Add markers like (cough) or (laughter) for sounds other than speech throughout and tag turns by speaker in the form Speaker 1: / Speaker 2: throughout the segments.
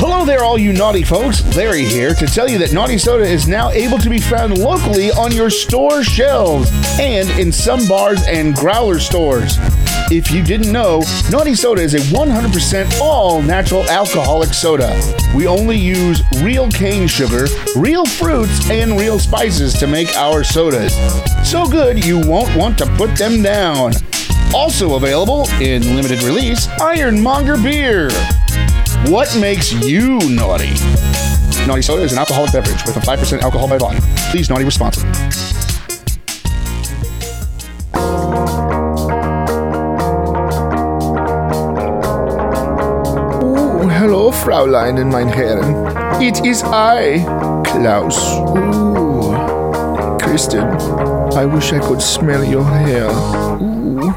Speaker 1: Hello there, all you naughty folks. Larry here to tell you that Naughty Soda is now able to be found locally on your store shelves and in some bars and growler stores. If you didn't know, Naughty Soda is a 100% all natural alcoholic soda. We only use real cane sugar, real fruits, and real spices to make our sodas. So good, you won't want to put them down. Also available in limited release, Ironmonger Beer. What makes you naughty? Naughty soda is an alcoholic beverage with a 5% alcohol by volume. Please naughty responsibly. Oh, hello, Fräulein and mein Herren. It is I, Klaus. Ooh. Kristen, I wish I could smell your hair. Ooh.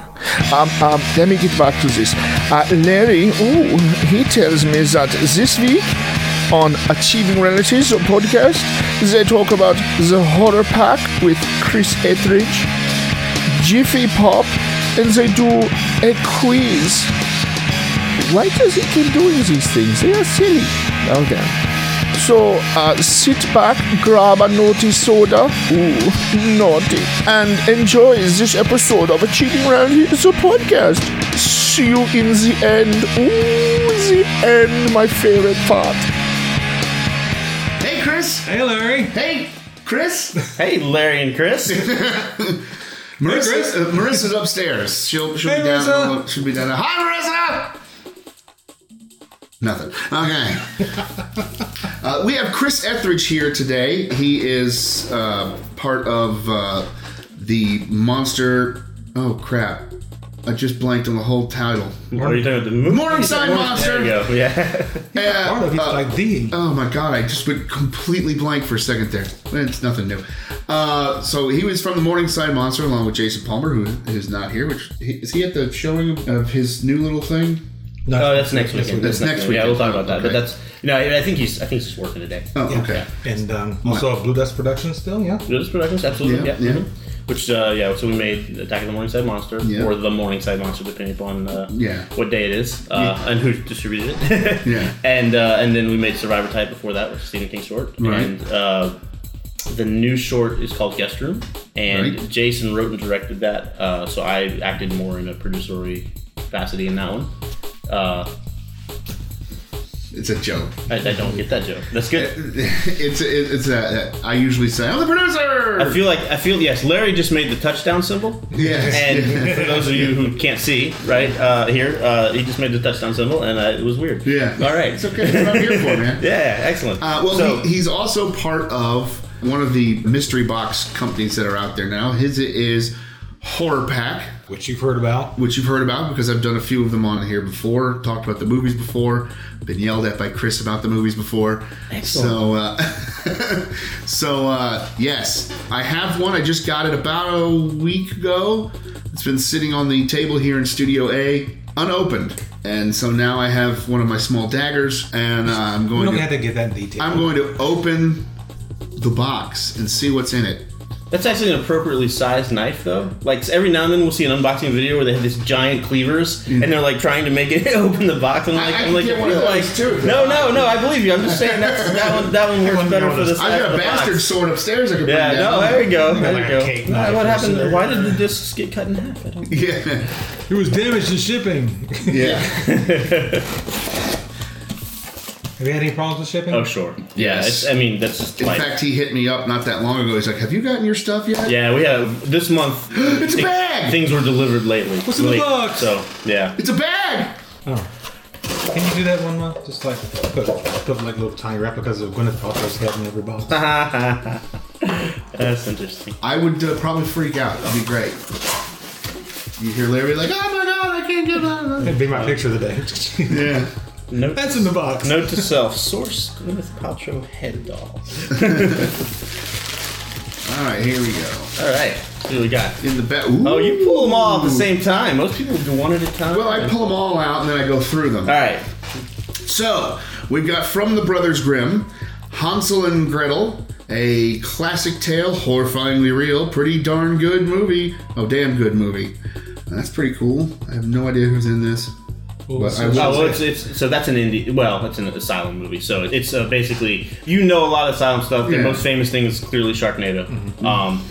Speaker 1: Um, um, let me get back to this. Uh, Larry, ooh, he tells me that this week on Achieving Realities a podcast, they talk about the horror pack with Chris Etheridge, Jiffy Pop, and they do a quiz. Why does he keep doing these things? They are silly. Okay. So uh, sit back, grab a naughty soda, ooh, naughty, and enjoy this episode of Achieving Realities a podcast. See you in the end. Ooh, the end, my favorite part. Hey, Chris.
Speaker 2: Hey, Larry.
Speaker 1: Hey, Chris.
Speaker 3: Hey, Larry and Chris.
Speaker 1: Marissa,
Speaker 2: Chris.
Speaker 1: uh, Marissa's upstairs. She'll she'll
Speaker 2: Hey,
Speaker 1: be down.
Speaker 2: Marissa.
Speaker 1: Marissa. She'll be down. there. Hi, Marissa. Nothing. Okay.
Speaker 2: (laughs)
Speaker 1: uh, we have Chris Etheridge here today. He is uh, part of uh, the monster. Oh crap! I just blanked on the whole title.
Speaker 3: What are you doing? The movie?
Speaker 1: Morningside Monster.
Speaker 3: There you go. Yeah.
Speaker 1: Uh,
Speaker 2: Part of it's
Speaker 1: uh,
Speaker 2: like the.
Speaker 1: Oh my god, I just went completely blank for a second there. It's nothing new. Uh, so he was from the Morningside Monster along with Jason Palmer, who is not here. Which is he at the showing of his new little thing?
Speaker 2: No,
Speaker 3: Oh, that's next weekend.
Speaker 1: That's next
Speaker 3: Yeah,
Speaker 1: weekend.
Speaker 3: we'll talk about that.
Speaker 1: Okay.
Speaker 3: But that's no. I I think he's. I think he's just working today.
Speaker 1: Oh,
Speaker 2: Yeah.
Speaker 1: okay.
Speaker 2: And um, also Blue Dust Productions still, yeah.
Speaker 3: Those productions, absolutely.
Speaker 1: Yeah,
Speaker 3: Yeah.
Speaker 1: yeah.
Speaker 3: mhm. Which uh, yeah. So we made Attack of the Morningside Monster
Speaker 1: Yeah.
Speaker 3: or the Morningside Monster, depending upon uh,
Speaker 1: Yeah.
Speaker 3: what day it is uh, and who distributed it. (laughs)
Speaker 1: Yeah.
Speaker 3: And uh, and then we made Survivor Type before that, which is Stephen King short.
Speaker 1: Right.
Speaker 3: And uh, the new short is called Guest Room, and
Speaker 1: Right.
Speaker 3: Jason wrote and directed that. Uh, so I acted more in a producery capacity in that one. Uh,
Speaker 1: It's a joke. (laughs)
Speaker 3: I, I don't get that joke. That's good.
Speaker 1: It's it, it's a. I usually say I'm the producer.
Speaker 3: I feel like I feel yes. Larry just made the touchdown symbol,
Speaker 1: (laughs) Yes.
Speaker 3: and for those of you who can't see right uh, here, uh, he just made the touchdown symbol, and uh, it was weird.
Speaker 1: yeah.
Speaker 3: All right.
Speaker 1: It's okay. That's what I'm here for, man.
Speaker 3: (laughs) Yeah. Excellent.
Speaker 1: Uh, well,
Speaker 3: so,
Speaker 1: he, he's also part of one of the mystery box companies that are out there now. His is Horror Pack.
Speaker 2: Which you've heard about.
Speaker 1: which you've heard about because I've done a few of them on here before, talked about the movies before, been yelled at by Chris about the movies before. So, uh, (laughs) so uh, yes, I have one. I just got it about a week ago. It's been sitting on the table here in Studio A, unopened, and so now I have one of my small daggers, and uh, I'm
Speaker 2: We
Speaker 1: going
Speaker 2: don't
Speaker 1: to
Speaker 2: have to get that in detail.
Speaker 1: I'm going to open the box and see what's in it.
Speaker 3: that's actually an appropriately sized knife, though. Like every now and then, we'll see an unboxing video where they have these giant cleavers, and they're like trying to make it (laughs) open the box. I'm
Speaker 1: Mm.
Speaker 3: like,
Speaker 1: I
Speaker 3: I,
Speaker 1: could
Speaker 3: am like,
Speaker 1: get one of
Speaker 3: you're
Speaker 1: those,
Speaker 3: like-
Speaker 1: too.
Speaker 3: no, no, no. I believe you. I'm just saying that's, that one. That one works
Speaker 2: wouldn't
Speaker 3: better
Speaker 2: know
Speaker 3: for
Speaker 2: this.
Speaker 3: this.
Speaker 1: I've got a bastard
Speaker 3: box.
Speaker 1: sword upstairs. I could bring
Speaker 3: Yeah,
Speaker 1: down.
Speaker 3: no, there you go. There
Speaker 2: like
Speaker 3: you
Speaker 2: a
Speaker 3: go.
Speaker 2: cake
Speaker 3: Why-
Speaker 2: knife
Speaker 3: what
Speaker 2: or
Speaker 3: happened?
Speaker 2: something.
Speaker 3: Why did the discs get cut in half? I
Speaker 1: (laughs)
Speaker 3: don't
Speaker 1: Yeah.
Speaker 2: It was damaged in shipping. (laughs) have
Speaker 1: Yeah.
Speaker 2: you had any problems with shipping?
Speaker 3: Oh sure. Yeah,
Speaker 1: Yes.
Speaker 3: it's, I mean that's just
Speaker 1: In
Speaker 3: like
Speaker 1: fact, he hit me up not that long ago. He's like, "Have you gotten your stuff yet?"
Speaker 3: yeah, we have this month.
Speaker 1: It's a bag!
Speaker 3: Things were delivered lately.
Speaker 2: What's in the
Speaker 3: late,
Speaker 2: box?
Speaker 3: So yeah,
Speaker 1: It's a bag.
Speaker 2: Oh. Can you do that one more? Just like put, put like little tiny replicas of Gwyneth Paltrow's head in every box.
Speaker 3: Uh-huh. that's interesting.
Speaker 1: I would uh, probably freak out. That'd be great. You hear Larry like, "Oh my god, I can't get
Speaker 3: (laughs)
Speaker 1: that."
Speaker 2: That'd be my picture of the day. (laughs)
Speaker 1: Yeah.
Speaker 3: Note,
Speaker 2: That's in the box.
Speaker 3: note to self: source Gwyneth Paltrow head doll.
Speaker 1: All right, here we go.
Speaker 3: All right, see what we got.
Speaker 1: In the bag. Ooh.
Speaker 3: Oh, you pull them all at the same time. Most people do one at a time.
Speaker 1: Well, I pull them all out and then I go through them.
Speaker 3: All right.
Speaker 1: So we've got from the Brothers Grimm, Hansel and Gretel, a classic tale, horrifyingly real, pretty darn good movie. Oh, damn good movie. That's pretty cool. I have no idea who's in this.
Speaker 4: But I
Speaker 2: so-
Speaker 4: will-
Speaker 3: Oh, well, it's, it's so that's an indie. Well, it's an asylum movie. So it's uh, basically you know a lot of asylum stuff. The
Speaker 4: Yeah.
Speaker 3: most famous thing is clearly Sharknado, um,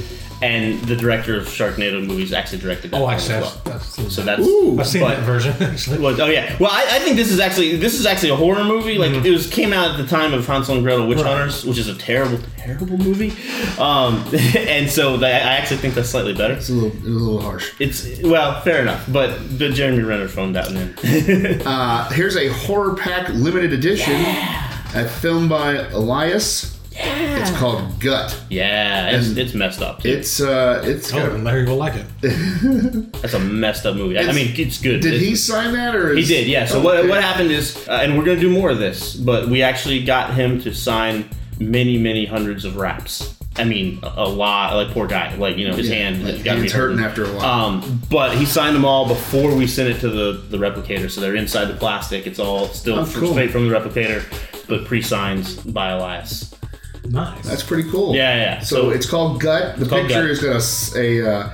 Speaker 3: and the director of Sharknado movies actually directed. That
Speaker 2: Oh,
Speaker 3: one
Speaker 2: actually,
Speaker 3: as
Speaker 2: I've,
Speaker 3: well.
Speaker 2: I've seen
Speaker 3: So
Speaker 2: that.
Speaker 3: that's
Speaker 4: Ooh.
Speaker 2: I've seen
Speaker 3: but-
Speaker 2: that version (laughs) actually.
Speaker 3: was- oh yeah. Well, I, I think this is actually this is actually a horror movie. Like it was came out at the time of Hansel and Gretel Witch
Speaker 2: Mm-hmm. Right.
Speaker 3: Hunters, which is a terrible, terrible movie. Um, (laughs) and so the, I actually think that's slightly better.
Speaker 1: It's a little, it's a little harsh.
Speaker 3: It's well, fair enough. But the Jeremy Renner phoned that one in. (laughs)
Speaker 1: Uh, here's a horror pack limited edition, a film by Elias. It's called Gut.
Speaker 3: yeah, it's,
Speaker 1: And-
Speaker 3: it's messed up.
Speaker 1: It's uh, it's
Speaker 2: Oh,
Speaker 1: got-
Speaker 2: and Larry will like it.
Speaker 3: That's a messed up movie. I- I
Speaker 1: It's-
Speaker 3: mean, it's good.
Speaker 1: Did
Speaker 3: It's-
Speaker 1: he sign that or?
Speaker 3: He
Speaker 1: Is,
Speaker 3: did, yeah. So
Speaker 1: Okay.
Speaker 3: what, what happened is, uh, and we're gonna do more of this, but we actually got him to sign many, many hundreds of raps. I mean, a, a lot. Like poor guy, like you know, his
Speaker 1: Yeah,
Speaker 3: hand
Speaker 1: like,
Speaker 3: has got to be
Speaker 1: hand's hurting
Speaker 3: hurting
Speaker 1: after a while.
Speaker 3: Um, but he signed them all before we sent it to the the replicator, so they're inside the plastic. It's all still
Speaker 1: Oh,
Speaker 3: fr-
Speaker 1: cool.
Speaker 3: straight from the replicator, but pre-signed by Elias.
Speaker 2: Nice.
Speaker 1: That's pretty cool.
Speaker 3: Yeah, yeah.
Speaker 1: So, it's called Gut. The
Speaker 3: called
Speaker 1: picture
Speaker 3: Gut.
Speaker 1: is got a s- a, uh,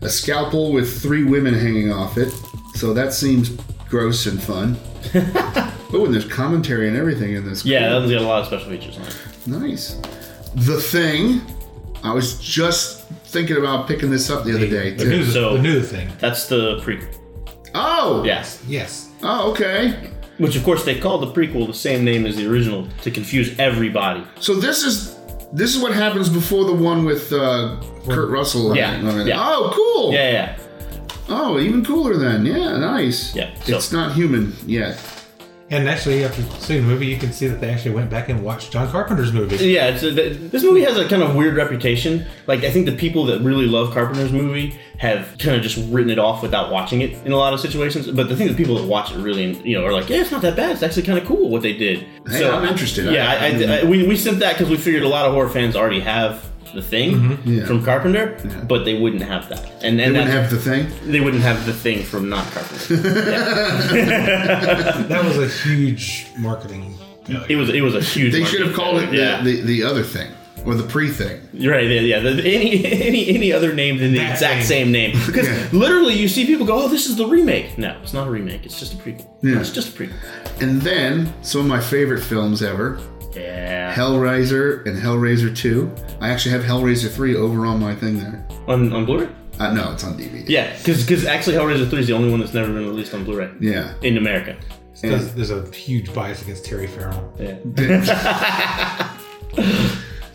Speaker 1: a scalpel with three women hanging off it. So that seems gross and
Speaker 3: (laughs)
Speaker 1: fun. oh, and there's commentary and everything in this.
Speaker 3: yeah, that one's got a lot of special features on it.
Speaker 1: Nice. The Thing. I was just thinking about picking this up the other day.
Speaker 2: the, new,
Speaker 1: Too.
Speaker 3: So-
Speaker 2: the new thing.
Speaker 3: That's the prequel.
Speaker 1: Oh.
Speaker 3: Yeah.
Speaker 2: Yes.
Speaker 1: Oh, okay.
Speaker 3: Which, of course, they called the prequel the same name as the original to confuse everybody.
Speaker 1: So this is this is what happens before the one with uh, Kurt Russell. on
Speaker 3: Yeah,
Speaker 1: it and everything.
Speaker 3: yeah.
Speaker 1: Oh, cool.
Speaker 3: Yeah, yeah.
Speaker 1: Oh, even cooler then. Yeah, nice.
Speaker 3: Yeah, so-
Speaker 1: It's not human yet.
Speaker 2: And actually, after seeing the movie, you can see that they actually went back and watched John Carpenter's movie.
Speaker 3: Yeah, it's th this movie has a kind of weird reputation. Like, I think the people that really love Carpenter's movie have kind of just written it off without watching it in a lot of situations. But the thing that people that watch it really, you know, are like, yeah, it's not that bad. It's actually kind of cool what they did.
Speaker 1: Hey, I'm interested.
Speaker 3: Yeah,
Speaker 1: I-
Speaker 3: I, I, I, we, we sent that because we figured a lot of horror fans already have the thing
Speaker 1: Mm-hmm. Yeah.
Speaker 3: from Carpenter, but they wouldn't have that. And,
Speaker 1: They
Speaker 3: and
Speaker 1: wouldn't
Speaker 3: that's-
Speaker 1: have the thing.
Speaker 3: they wouldn't have the thing from not Carpenter.
Speaker 1: (laughs)
Speaker 2: That was a huge marketing. uh, failure.
Speaker 3: it was it was a huge.
Speaker 1: They should
Speaker 3: market
Speaker 1: have called it
Speaker 3: failure.
Speaker 1: the, the, the other thing or the pre thing.
Speaker 3: You're Right, yeah, yeah. The- Any, (laughs) any, any other name than the
Speaker 2: That
Speaker 3: exact
Speaker 2: name.
Speaker 3: same name.
Speaker 1: (laughs)
Speaker 3: Because
Speaker 1: Yeah.
Speaker 3: literally, you see people go, "Oh, this is the remake." No, it's not a remake. It's just a prequel.
Speaker 1: Yeah.
Speaker 3: It's just a prequel.
Speaker 1: And then some of my favorite films ever
Speaker 3: Yeah.
Speaker 1: Hellraiser and Hellraiser 2. I actually have Hellraiser 3 over on my thing there.
Speaker 3: On on Blu-ray.
Speaker 1: Uh, no, it's on DVD.
Speaker 3: Yeah, because actually, Hellraiser Three is the only one that's never been released on Blu-ray
Speaker 1: Yeah.
Speaker 3: in America.
Speaker 2: There's, there's a huge bias against Terry Farrell.
Speaker 3: Yeah.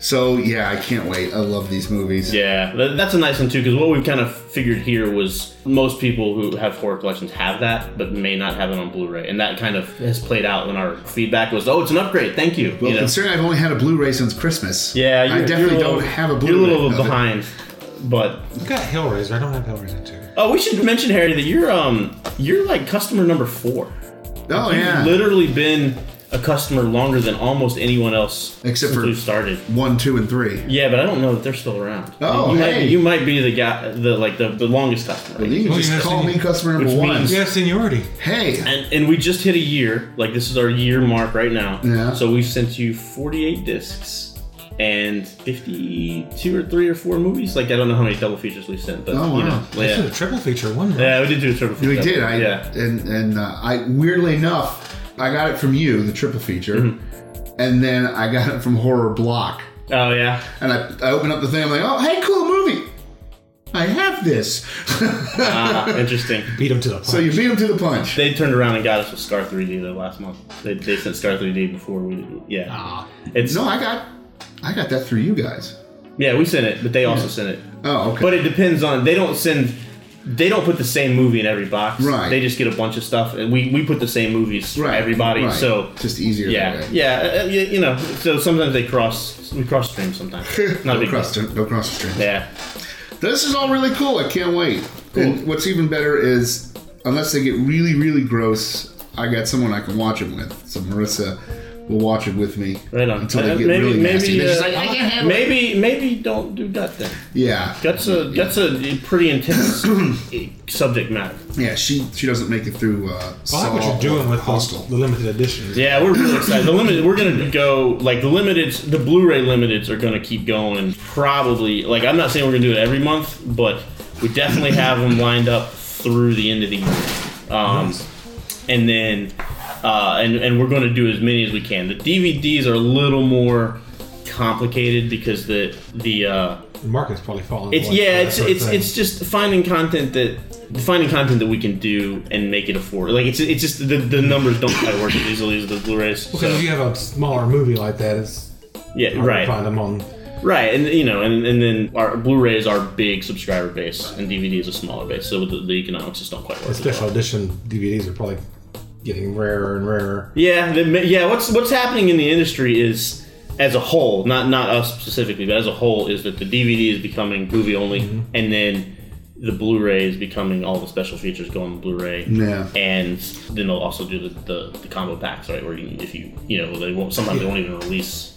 Speaker 1: So, yeah, I can't wait. I love these movies.
Speaker 3: Yeah, tha- that's a nice one too. Because what we kind of figured here was most people who have horror collections have that, but may not have it on Blu-ray, and that kind of has played out when our feedback was, "Oh, it's an upgrade. Thank you."
Speaker 1: Well,
Speaker 3: you know?
Speaker 1: considering I've only had a Blu ray since Christmas,
Speaker 3: Yeah,
Speaker 1: I definitely
Speaker 3: a little-
Speaker 1: don't have a Blu ray.
Speaker 3: You're a little behind, but
Speaker 2: I've got Hellraiser. I don't have Hellraiser 2.
Speaker 3: oh, we should mention Harry that you're um you're like customer number four.
Speaker 1: Oh, yeah.
Speaker 3: You've literally been a customer longer than almost anyone else
Speaker 1: Except
Speaker 3: since
Speaker 1: for-
Speaker 3: we started.
Speaker 1: One, two, and three.
Speaker 3: Yeah, but I don't know if they're still around.
Speaker 1: Oh,
Speaker 3: you
Speaker 1: hey.
Speaker 3: might you might be the guy the like the, the longest customer.
Speaker 1: You can
Speaker 2: Well,
Speaker 1: just
Speaker 2: you
Speaker 1: call
Speaker 2: have
Speaker 1: me
Speaker 2: to-
Speaker 1: customer number
Speaker 3: which
Speaker 1: one.
Speaker 3: means-
Speaker 2: Yeah, seniority.
Speaker 1: Hey,
Speaker 3: And, and we just hit a year. Like this is our year mark right now.
Speaker 1: Yeah.
Speaker 3: So we've sent you 48 discs and 52 or three or four movies. Like I don't know how many double features we sent, but
Speaker 1: Oh,
Speaker 3: you
Speaker 1: wow.
Speaker 3: know,
Speaker 2: This
Speaker 3: yeah.
Speaker 2: is a triple feature, one
Speaker 3: Yeah, we did do a triple feature.
Speaker 1: We did. I
Speaker 3: yeah.
Speaker 1: and and uh, I weirdly enough, I got it from you, the triple feature,
Speaker 3: Mm-hmm.
Speaker 1: and then I got it from Horror Block.
Speaker 3: Oh yeah.
Speaker 1: And I, I opened up the thing. I'm like, oh, hey, cool movie. I have this.
Speaker 3: Ah, interesting.
Speaker 2: Beat him to the
Speaker 1: (laughs)
Speaker 2: punch.
Speaker 1: so you beat him to the punch.
Speaker 3: They turned around and got us with Scar 3D though last month. They, they sent Scar 3D before we. Yeah.
Speaker 2: Ah.
Speaker 3: It's
Speaker 1: No, I got, I got that through you guys.
Speaker 3: yeah we sent it, but they also sent it.
Speaker 1: Oh, okay.
Speaker 3: But it depends on they don't send. They don't put the same movie in every box.
Speaker 1: Right.
Speaker 3: They just get a bunch of stuff, and we, we put the same movies for everybody.
Speaker 1: right.
Speaker 3: So
Speaker 1: just easier.
Speaker 3: Yeah,
Speaker 1: that way.
Speaker 3: yeah, uh, you, you know. So sometimes they cross, we cross
Speaker 1: (laughs)
Speaker 3: stream sometimes. Not a
Speaker 1: Don't
Speaker 3: big
Speaker 1: cross,
Speaker 3: cross.
Speaker 1: don't cross the stream.
Speaker 3: Yeah,
Speaker 1: This is all really cool. I can't wait. And what's even better is, unless they get really, really gross, I got someone I can watch it with. So Marissa will watch it with me.
Speaker 3: right on.
Speaker 1: Until
Speaker 3: Uh,
Speaker 1: they get
Speaker 3: maybe,
Speaker 1: really nasty.
Speaker 3: maybe,
Speaker 1: They're just
Speaker 3: uh,
Speaker 1: like, I can't handle it.
Speaker 3: maybe, maybe don't do gut then.
Speaker 1: Yeah.
Speaker 3: That's a that's a
Speaker 1: (clears throat)
Speaker 3: pretty intense subject matter.
Speaker 1: Yeah, she she doesn't make it through uh,
Speaker 2: I like what
Speaker 1: Saw
Speaker 2: you're doing
Speaker 1: or
Speaker 2: with the,
Speaker 1: Hostel.
Speaker 2: the limited editions.
Speaker 3: Yeah, we're really excited. The limited, we're gonna go like the limiteds, the Blu-ray limiteds are gonna keep going. Probably like I'm not saying we're gonna do it every month, but we definitely have them lined up through the end of the year. Um, and then uh, and and we're going to do as many as we can. The DVDs are a little more complicated because the the uh,
Speaker 2: The market's probably falling.
Speaker 3: it's
Speaker 2: away from
Speaker 3: yeah,
Speaker 2: that
Speaker 3: it's
Speaker 2: sort of
Speaker 3: it's
Speaker 2: thing.
Speaker 3: it's just finding content that finding content that we can do and make it afford. Like it's it's just the, the numbers don't quite work as easily as the Blu-rays.
Speaker 2: Because
Speaker 3: so-
Speaker 2: if you have a smaller movie like that, it's
Speaker 3: yeah,
Speaker 2: hard to
Speaker 3: right.
Speaker 2: find them on.
Speaker 3: Right, and you know, and, and then our Blu-ray is our big subscriber base, and DVD is a smaller base, so the, the economics just don't quite work.
Speaker 2: The
Speaker 3: as well.
Speaker 2: special edition DVDs are probably getting rarer and rarer.
Speaker 3: Yeah, the, yeah. What's what's happening in the industry is, as a whole, not not us specifically, but as a whole, is that the DVD is becoming movie only, and then the Blu-ray is becoming all the special features go on the Blu-ray.
Speaker 1: Yeah.
Speaker 3: And then they'll also do the, the, the combo packs, right? Where you, if you you know they won't sometimes they won't even release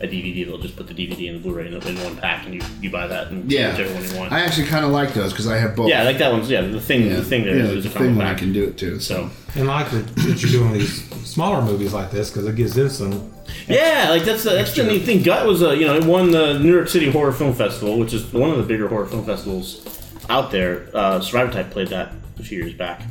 Speaker 3: a DVD. They'll just put the DVD and the Blu-ray in, in one pack, and you, you buy that and
Speaker 1: Yeah,
Speaker 3: whichever one you want.
Speaker 1: I actually kind of like those because I have both.
Speaker 3: yeah, like that one's yeah the thing
Speaker 1: yeah.
Speaker 3: the thing there
Speaker 1: yeah,
Speaker 3: is
Speaker 1: the
Speaker 3: a combo
Speaker 1: thing one I
Speaker 3: pack.
Speaker 1: can do it too.
Speaker 3: So.
Speaker 2: And I like that, that you're doing these smaller movies like this because it gives them some.
Speaker 3: Yeah, like that's the, that's the neat thing. Gut was a you know it won the New York City Horror Film Festival, which is one of the bigger horror film festivals out there. Uh, Survivor Type played that a few years back.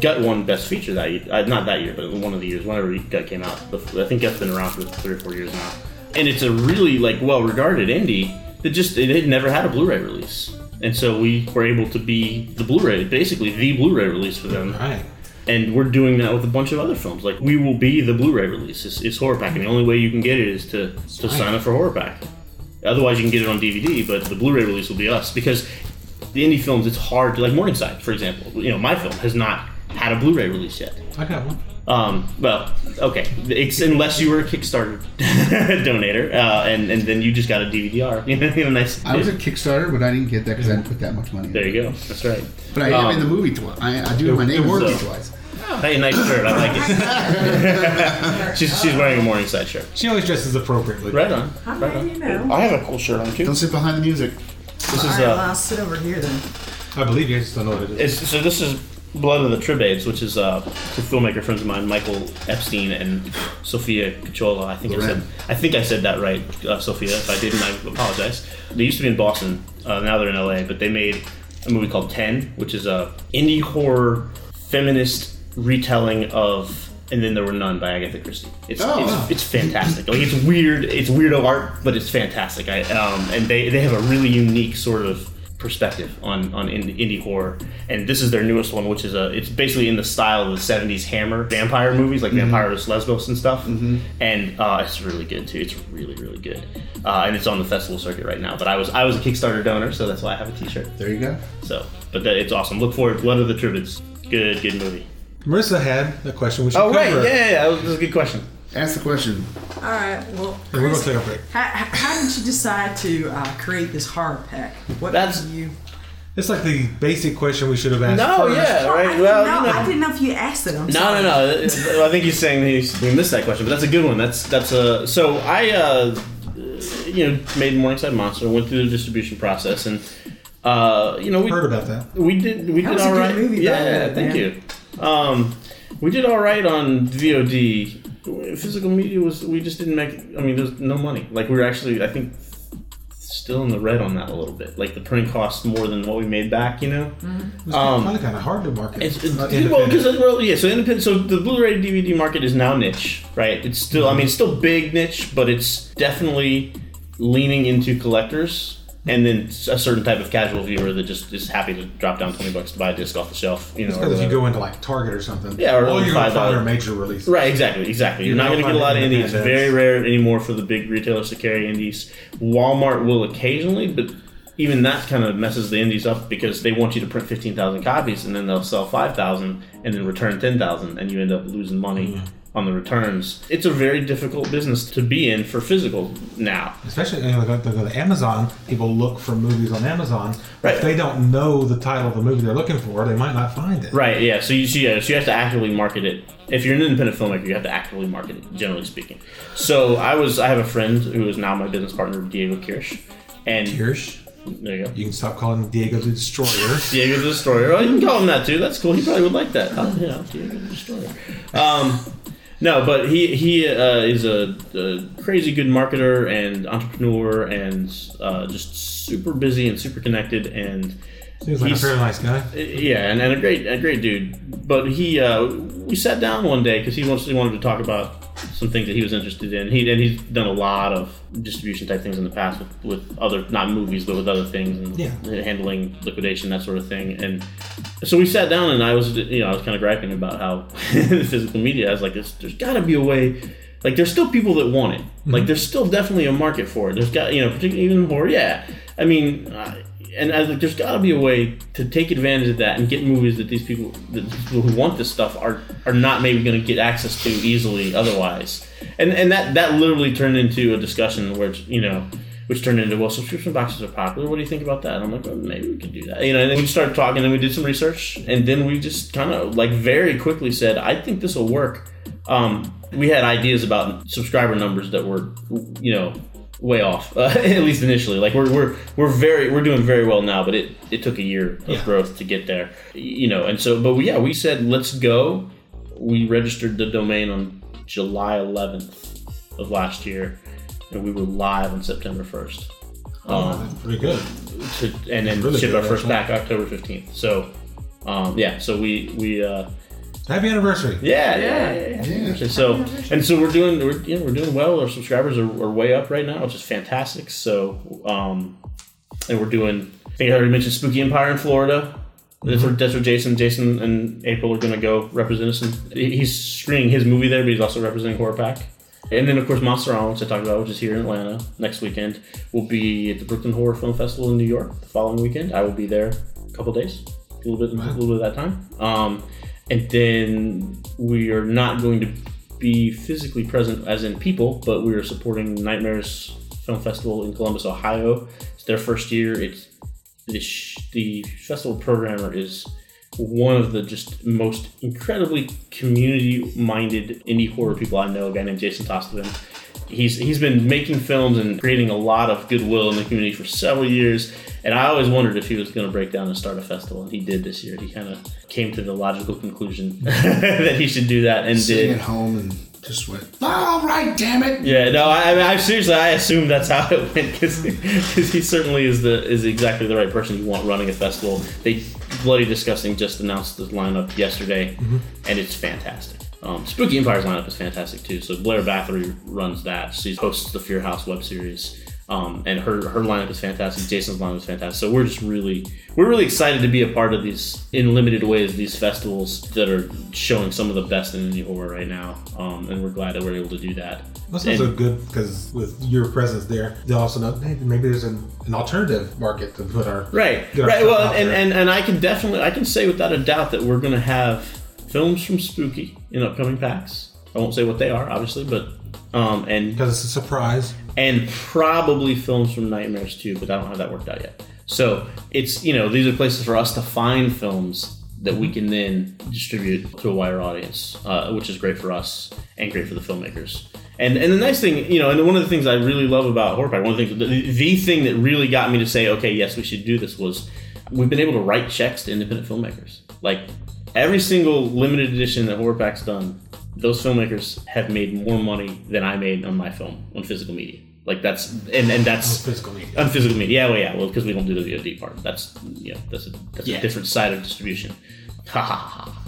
Speaker 3: Gut won Best Feature that year, uh, not that year, but one of the years whenever Gut came out. I think Gut's been around for three or four years now, and it's a really like well regarded indie that just it had never had a Blu-ray release, and so we were able to be the Blu-ray, basically the Blu-ray release for them
Speaker 2: Right.
Speaker 3: and we're doing that with a bunch of other films. Like we will be the Blu-ray release. It's, it's horror pack, and the only way you can get it is to to sign up for horror pack. Otherwise, you can get it on DVD, but the Blu-ray release will be us because the indie films. It's hard to like Morningside, for example. You know, my film has not had a Blu-ray release yet.
Speaker 2: I got one.
Speaker 3: Um, well, okay, it's, unless you were a Kickstarter (laughs) donator, uh, and and then you just got a DVDR. (laughs) you know, nice.
Speaker 1: I was a Kickstarter, but I didn't get that because I didn't put that much money. in
Speaker 3: there
Speaker 1: it.
Speaker 3: you go. That's right.
Speaker 1: But I am
Speaker 3: Um,
Speaker 1: in the movie twice. I, I do have my name in the
Speaker 2: works.
Speaker 1: movie twice.
Speaker 3: Hey, nice shirt. I like
Speaker 1: (laughs)
Speaker 3: it. (laughs) she's she's wearing a Morningside shirt.
Speaker 2: She always dresses appropriately.
Speaker 3: Right on.
Speaker 5: How many do you know?
Speaker 3: I have a cool shirt on too.
Speaker 1: Don't sit behind the music.
Speaker 3: This
Speaker 5: All
Speaker 3: is
Speaker 5: right, well,
Speaker 3: uh,
Speaker 5: I'll sit over here then.
Speaker 2: I believe you. I just don't know what it is.
Speaker 3: it's, so this is Blood of the Tribades, which is uh, two filmmaker friends of mine, Michael Epstein and Sophia Cacciola. I think I said
Speaker 1: Loren.
Speaker 3: I think I said that right, uh, Sophia. If I didn't, I apologize. They used to be in Boston. Uh, now they're in LA, but they made a movie called Ten, which is a indie horror feminist retelling of. And then there were none by Agatha Christie. It's,
Speaker 1: Oh,
Speaker 3: it's
Speaker 1: wow.
Speaker 3: it's fantastic. Like it's weird, it's weirdo art, but it's fantastic. I um, and they they have a really unique sort of perspective on on in- indie horror. And this is their newest one, which is a it's basically in the style of the '70s Hammer vampire movies, like
Speaker 5: Mm-hmm.
Speaker 3: Vampires Lesbos and stuff. And uh, it's really good too. It's really really good. Uh, and it's on the festival circuit right now. But I was I was a Kickstarter donor, so that's why I have a T-shirt.
Speaker 1: There you go.
Speaker 3: So, but that, it's awesome. Look forward. Blood of the Tributes. Good good movie.
Speaker 2: Marissa had a question. We should cover.
Speaker 3: Oh, yeah. That was, that was a good question.
Speaker 1: Ask the question.
Speaker 5: All right, well,
Speaker 2: And we're gonna
Speaker 5: Chris,
Speaker 2: take a break.
Speaker 5: How, how how did you decide to uh, create this horror pack? What
Speaker 3: That's-
Speaker 5: made you?
Speaker 2: It's like the basic question we should have asked. first.
Speaker 5: Well, I didn't know, I didn't know if you asked it. I'm
Speaker 3: No,
Speaker 5: sorry.
Speaker 3: no, no. It's- I think he's saying he's, we missed that question, but that's a good one. That's that's a so I uh, you know made Morningside Monster, went through the distribution process, and uh, you know we
Speaker 2: Heard about that.
Speaker 3: we did we
Speaker 5: That
Speaker 3: did
Speaker 5: was a
Speaker 3: all
Speaker 5: good
Speaker 3: right.
Speaker 5: movie back
Speaker 3: yeah,
Speaker 5: then,
Speaker 3: thank
Speaker 5: man.
Speaker 3: you. Um, we did all right on VOD. Physical media was we just didn't make. I mean, there's no money. Like we were actually, I think, still in the red on that a little bit. Like the printing cost more than what we made back. You know.
Speaker 2: It's
Speaker 3: Um,
Speaker 2: probably kind of hard to market.
Speaker 3: It's,
Speaker 2: uh,
Speaker 3: it's, well,
Speaker 2: independent.
Speaker 3: because well, yeah. So independent. So the Blu-ray DVD market is now niche, right? It's still. I mean, it's still big niche, but it's definitely leaning into collectors and then a certain type of casual viewer that just is happy to drop down twenty bucks to buy a disc off the shelf. You know,
Speaker 2: It's
Speaker 3: or
Speaker 2: 'cause if you
Speaker 3: whatever.
Speaker 2: go into like Target or something,
Speaker 3: Yeah, or
Speaker 2: all you're gonna
Speaker 3: five
Speaker 2: find
Speaker 3: dollar-
Speaker 2: are major releases.
Speaker 3: Right, exactly, exactly. You're,
Speaker 2: You're
Speaker 3: not
Speaker 2: not
Speaker 3: going to get a lot of
Speaker 2: finding
Speaker 3: indies.
Speaker 2: independent.
Speaker 3: Very rare anymore for the big retailers to carry indies. Walmart will occasionally, but even that kind of messes the indies up because they want you to print 15,000 copies and then they'll sell 5,000 and then return 10,000 and you end up losing money on the returns. It's a very difficult business to be in for physical now.
Speaker 2: Especially you know, like, like with Amazon, people look for movies on Amazon.
Speaker 3: Right.
Speaker 2: If they don't know the title of the movie they're looking for, they might not find it.
Speaker 3: Right. Yeah. So you so yeah, so you have to actively market it. If you're an independent filmmaker, you have to actively market it. Generally speaking. So I was I have a friend who is now my business partner, Diego Kirsch, and
Speaker 2: Hirsch,
Speaker 3: there you go.
Speaker 2: you can stop calling him Diego the Destroyer.
Speaker 3: Diego the Destroyer. Oh, you can call him that too. That's cool. He probably would like that. Oh, yeah, Diego the Destroyer. Um, no, but he he uh, is a, a crazy good marketer and entrepreneur and uh, just super busy and super connected and
Speaker 2: Seems like a
Speaker 3: he's-
Speaker 2: very nice guy.
Speaker 3: yeah, and, and a great a great dude. But he uh, we sat down one day because he wants he wanted to talk about some things that he was interested in. He and he's done a lot of distribution type things in the past with, with other not movies but with other things and
Speaker 2: Yeah.
Speaker 3: handling liquidation that sort of thing. And so we sat down and I was you know I was kind of griping about how (laughs) physical media. I was like, there's, there's got to be a way. Like there's still people that want it. Like there's still definitely a market for it. There's got you know particularly even horror. Yeah, I mean. I, and I was like, there's got to be a way to take advantage of that and get movies that these people, that these people who want this stuff are are not maybe going to get access to easily otherwise. And and that that literally turned into a discussion where it's, you know, which turned into well, subscription boxes are popular. What do you think about that? And I'm like, well, maybe we could do that. You know, and then we started talking, and we did some research, and then we just kind of like very quickly said, I think this will work. Um, we had ideas about subscriber numbers that were, you know, way off (laughs) uh, at least initially like we're, we're we're very we're doing very well now but it it took a year of
Speaker 2: Yeah.
Speaker 3: growth to get there you know and so but we, yeah we said let's go we registered the domain on july 11th of last year and we were live on september 1st um,
Speaker 2: Pretty good.
Speaker 3: to, and then
Speaker 2: Really
Speaker 3: shipped
Speaker 2: good,
Speaker 3: our first
Speaker 2: actually.
Speaker 3: pack october 15th so um, yeah so we we uh,
Speaker 2: Happy anniversary.
Speaker 3: yeah, yeah, yeah. yeah.
Speaker 1: Yeah.
Speaker 3: So and so we're doing we're, you know, we're doing well. Our subscribers are, are way up right now, which is fantastic. So um, and we're doing. I think I already mentioned Spooky Empire in Florida. That's where, that's where Jason, Jason, and April are going to go represent us. And he- he's screening his movie there, but he's also representing Horror Pack. And then, of course, Monster Island, which I talked about, which is here in Atlanta next weekend, will be at the Brooklyn Horror Film Festival in New York the following weekend. I will be there a couple days, a little bit, a little bit of that time. Um, and then we are not going to be physically present, as in people, but we are supporting Nightmares Film Festival in Columbus, Ohio. It's their first year. It's the, sh- the festival programmer is one of the just most incredibly community-minded indie horror people I know. A guy named Jason Tostevin. He's he's been making films and creating a lot of goodwill in the community for several years. And I always wondered if he was going to break down and start a festival, and he did this year. He kind of came to the logical conclusion (laughs) that he should do that and
Speaker 1: Sitting
Speaker 3: did.
Speaker 1: at home and just went, all right, damn it.
Speaker 3: Yeah, no, I, I, mean, I seriously, I assume that's how it went because he certainly is the is exactly the right person you want running a festival. They bloody disgusting just announced the lineup yesterday, and it's fantastic. Um, Spooky Empire's lineup is fantastic too. So Blair Bathory runs that. She hosts the Fear House web series, um, and her her lineup is fantastic. Jason's lineup is fantastic. So we're just really we're really excited to be a part of these in limited ways these festivals that are showing some of the best in indie horror right now, um, and we're glad that we're able to do that.
Speaker 2: That's
Speaker 3: And-
Speaker 2: also good because with your presence there, they also know hey, maybe there's an, an alternative market to put our
Speaker 3: Right.
Speaker 2: get our
Speaker 3: Right.
Speaker 2: stuff
Speaker 3: Well,
Speaker 2: out
Speaker 3: and,
Speaker 2: there.
Speaker 3: and and I can definitely I can say without a doubt that we're going to have films from Spooky in upcoming packs. I won't say what they are, obviously, but um and
Speaker 2: because it's a surprise.
Speaker 3: and probably films from Nightmares too, but I don't have that worked out yet. So it's you know these are places for us to find films that we can then distribute to a wider audience, uh, which is great for us and great for the filmmakers. And and the nice thing, you know, and one of the things I really love about Horror Pack, one of the things, the, the thing that really got me to say, okay, yes, we should do this was we've been able to write checks to independent filmmakers. Like every single limited edition that Horror Pack's done, those filmmakers have made more money than I made on my film on physical media. Like that's and and that's
Speaker 2: Oh, Physical media.
Speaker 3: on physical media. Yeah, well, yeah, well, because we don't do the VOD part. That's you know, that's a that's a
Speaker 2: Yeah.
Speaker 3: different side of distribution. Ha ha ha. ha.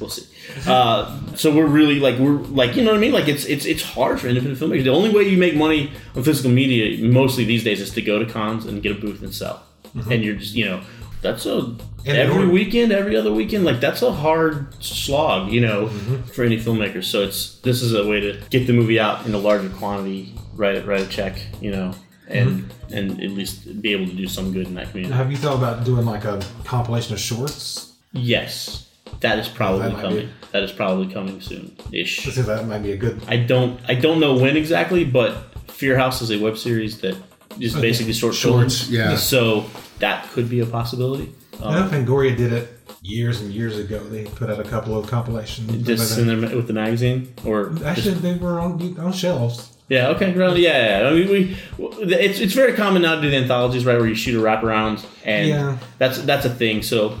Speaker 3: We'll see. Uh, so we're really like we're like you know what I mean. Like it's it's it's hard for independent filmmakers. The only way you make money on physical media mostly these days is to go to cons and get a booth and sell. And you're just you know that's a
Speaker 2: Mm-hmm. And
Speaker 3: every
Speaker 2: every-
Speaker 3: weekend, every other weekend, like that's a hard slog, you know,
Speaker 2: Mm-hmm.
Speaker 3: for any filmmaker. So it's this is a way to get the movie out in a larger quantity, write it, write a check, you know, and
Speaker 2: Mm-hmm.
Speaker 3: and at least be able to do some good in that community.
Speaker 2: Have you thought about doing like a compilation of shorts?
Speaker 3: Yes, that is probably
Speaker 2: That might be-
Speaker 3: coming. That is probably coming soon, ish.
Speaker 2: Because that might be a good.
Speaker 3: I don't I don't know when exactly, but Fear House is a web series that is basically short
Speaker 2: Shorts,
Speaker 3: films.
Speaker 1: yeah.
Speaker 3: So that could be a possibility. Um,
Speaker 2: I know Fangoria did it years and years ago. They put out a couple of compilations. uh,
Speaker 3: Just in their, with the magazine, or just-
Speaker 2: Actually, they were on on shelves.
Speaker 3: Yeah. Okay. Right. Yeah. yeah. I mean, we. It's it's very common now to do the anthologies, right, where you shoot a wraparound, and
Speaker 2: Yeah.
Speaker 3: that's that's a thing. So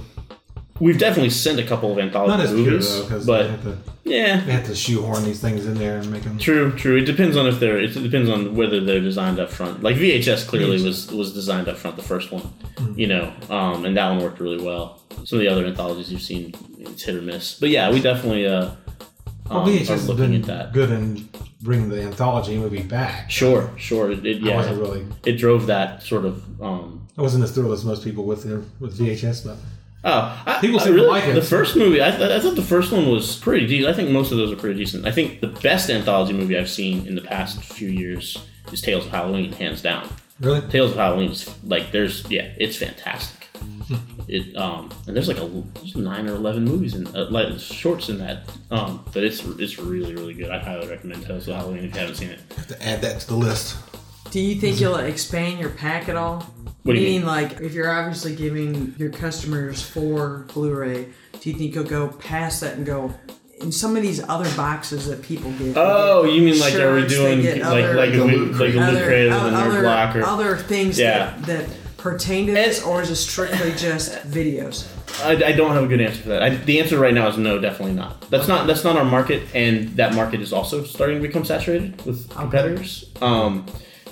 Speaker 3: we've definitely sent a couple of
Speaker 2: Not
Speaker 3: anthology
Speaker 2: as pure
Speaker 3: movies,
Speaker 2: though, because
Speaker 3: but
Speaker 2: they had to they
Speaker 3: yeah,
Speaker 2: had to shoehorn these things in there and make them.
Speaker 3: true, true. It depends on if they're. It depends on whether they're designed up front. Like VHS clearly was was designed up front, the first one,
Speaker 2: Mm-hmm.
Speaker 3: you know, um, and that one worked really well. Some of the other anthologies you've seen, it's hit or miss. But yeah, we definitely. Uh,
Speaker 2: Probably
Speaker 3: um,
Speaker 2: it's
Speaker 3: are
Speaker 2: just
Speaker 3: looking
Speaker 2: been
Speaker 3: at that.
Speaker 2: good and bringing the anthology movie back.
Speaker 3: Sure, sure. It, it- yeah,
Speaker 2: I wasn't really.
Speaker 3: it drove that sort of. Um,
Speaker 2: I wasn't as thrilled as most people with their with VHS, but
Speaker 3: oh, I,
Speaker 2: People
Speaker 3: I
Speaker 2: seem to
Speaker 3: really,
Speaker 2: like it.
Speaker 3: The first movie, I, th- I thought the first one was pretty decent. I think most of those are pretty decent. I think the best anthology movie I've seen in the past few years is Tales of Halloween, hands down.
Speaker 2: really,
Speaker 3: Tales of Halloween is like there's yeah, it's (laughs) fantastic. It um and there's like a there's nine or eleven movies in uh, like shorts in that um but it's it's really really good. I highly recommend Tales of Halloween if you haven't seen it.
Speaker 2: have to add that to the list.
Speaker 5: Do you think you'll expand your pack at all?
Speaker 3: What do you
Speaker 5: Meaning,
Speaker 3: mean?
Speaker 5: like, if you're obviously giving your customers four Blu-ray, do you think you'll go past that and go in some of these other boxes that people get? they
Speaker 3: Oh,
Speaker 5: get
Speaker 3: you mean like they were
Speaker 5: shirts,
Speaker 3: doing
Speaker 5: get
Speaker 3: like like a
Speaker 1: the
Speaker 3: Luke,
Speaker 1: Loot
Speaker 3: like a
Speaker 1: Crate.
Speaker 3: Loot Crate and
Speaker 5: o-
Speaker 3: their
Speaker 5: other,
Speaker 3: block or
Speaker 5: other things
Speaker 3: Yeah.
Speaker 5: that, that pertain to this, or is it strictly just videos?
Speaker 3: I, I don't have a good answer for that. I, the answer right now is no, definitely not. That's not that's not our market, and that market is also starting to become saturated with competitors. Um,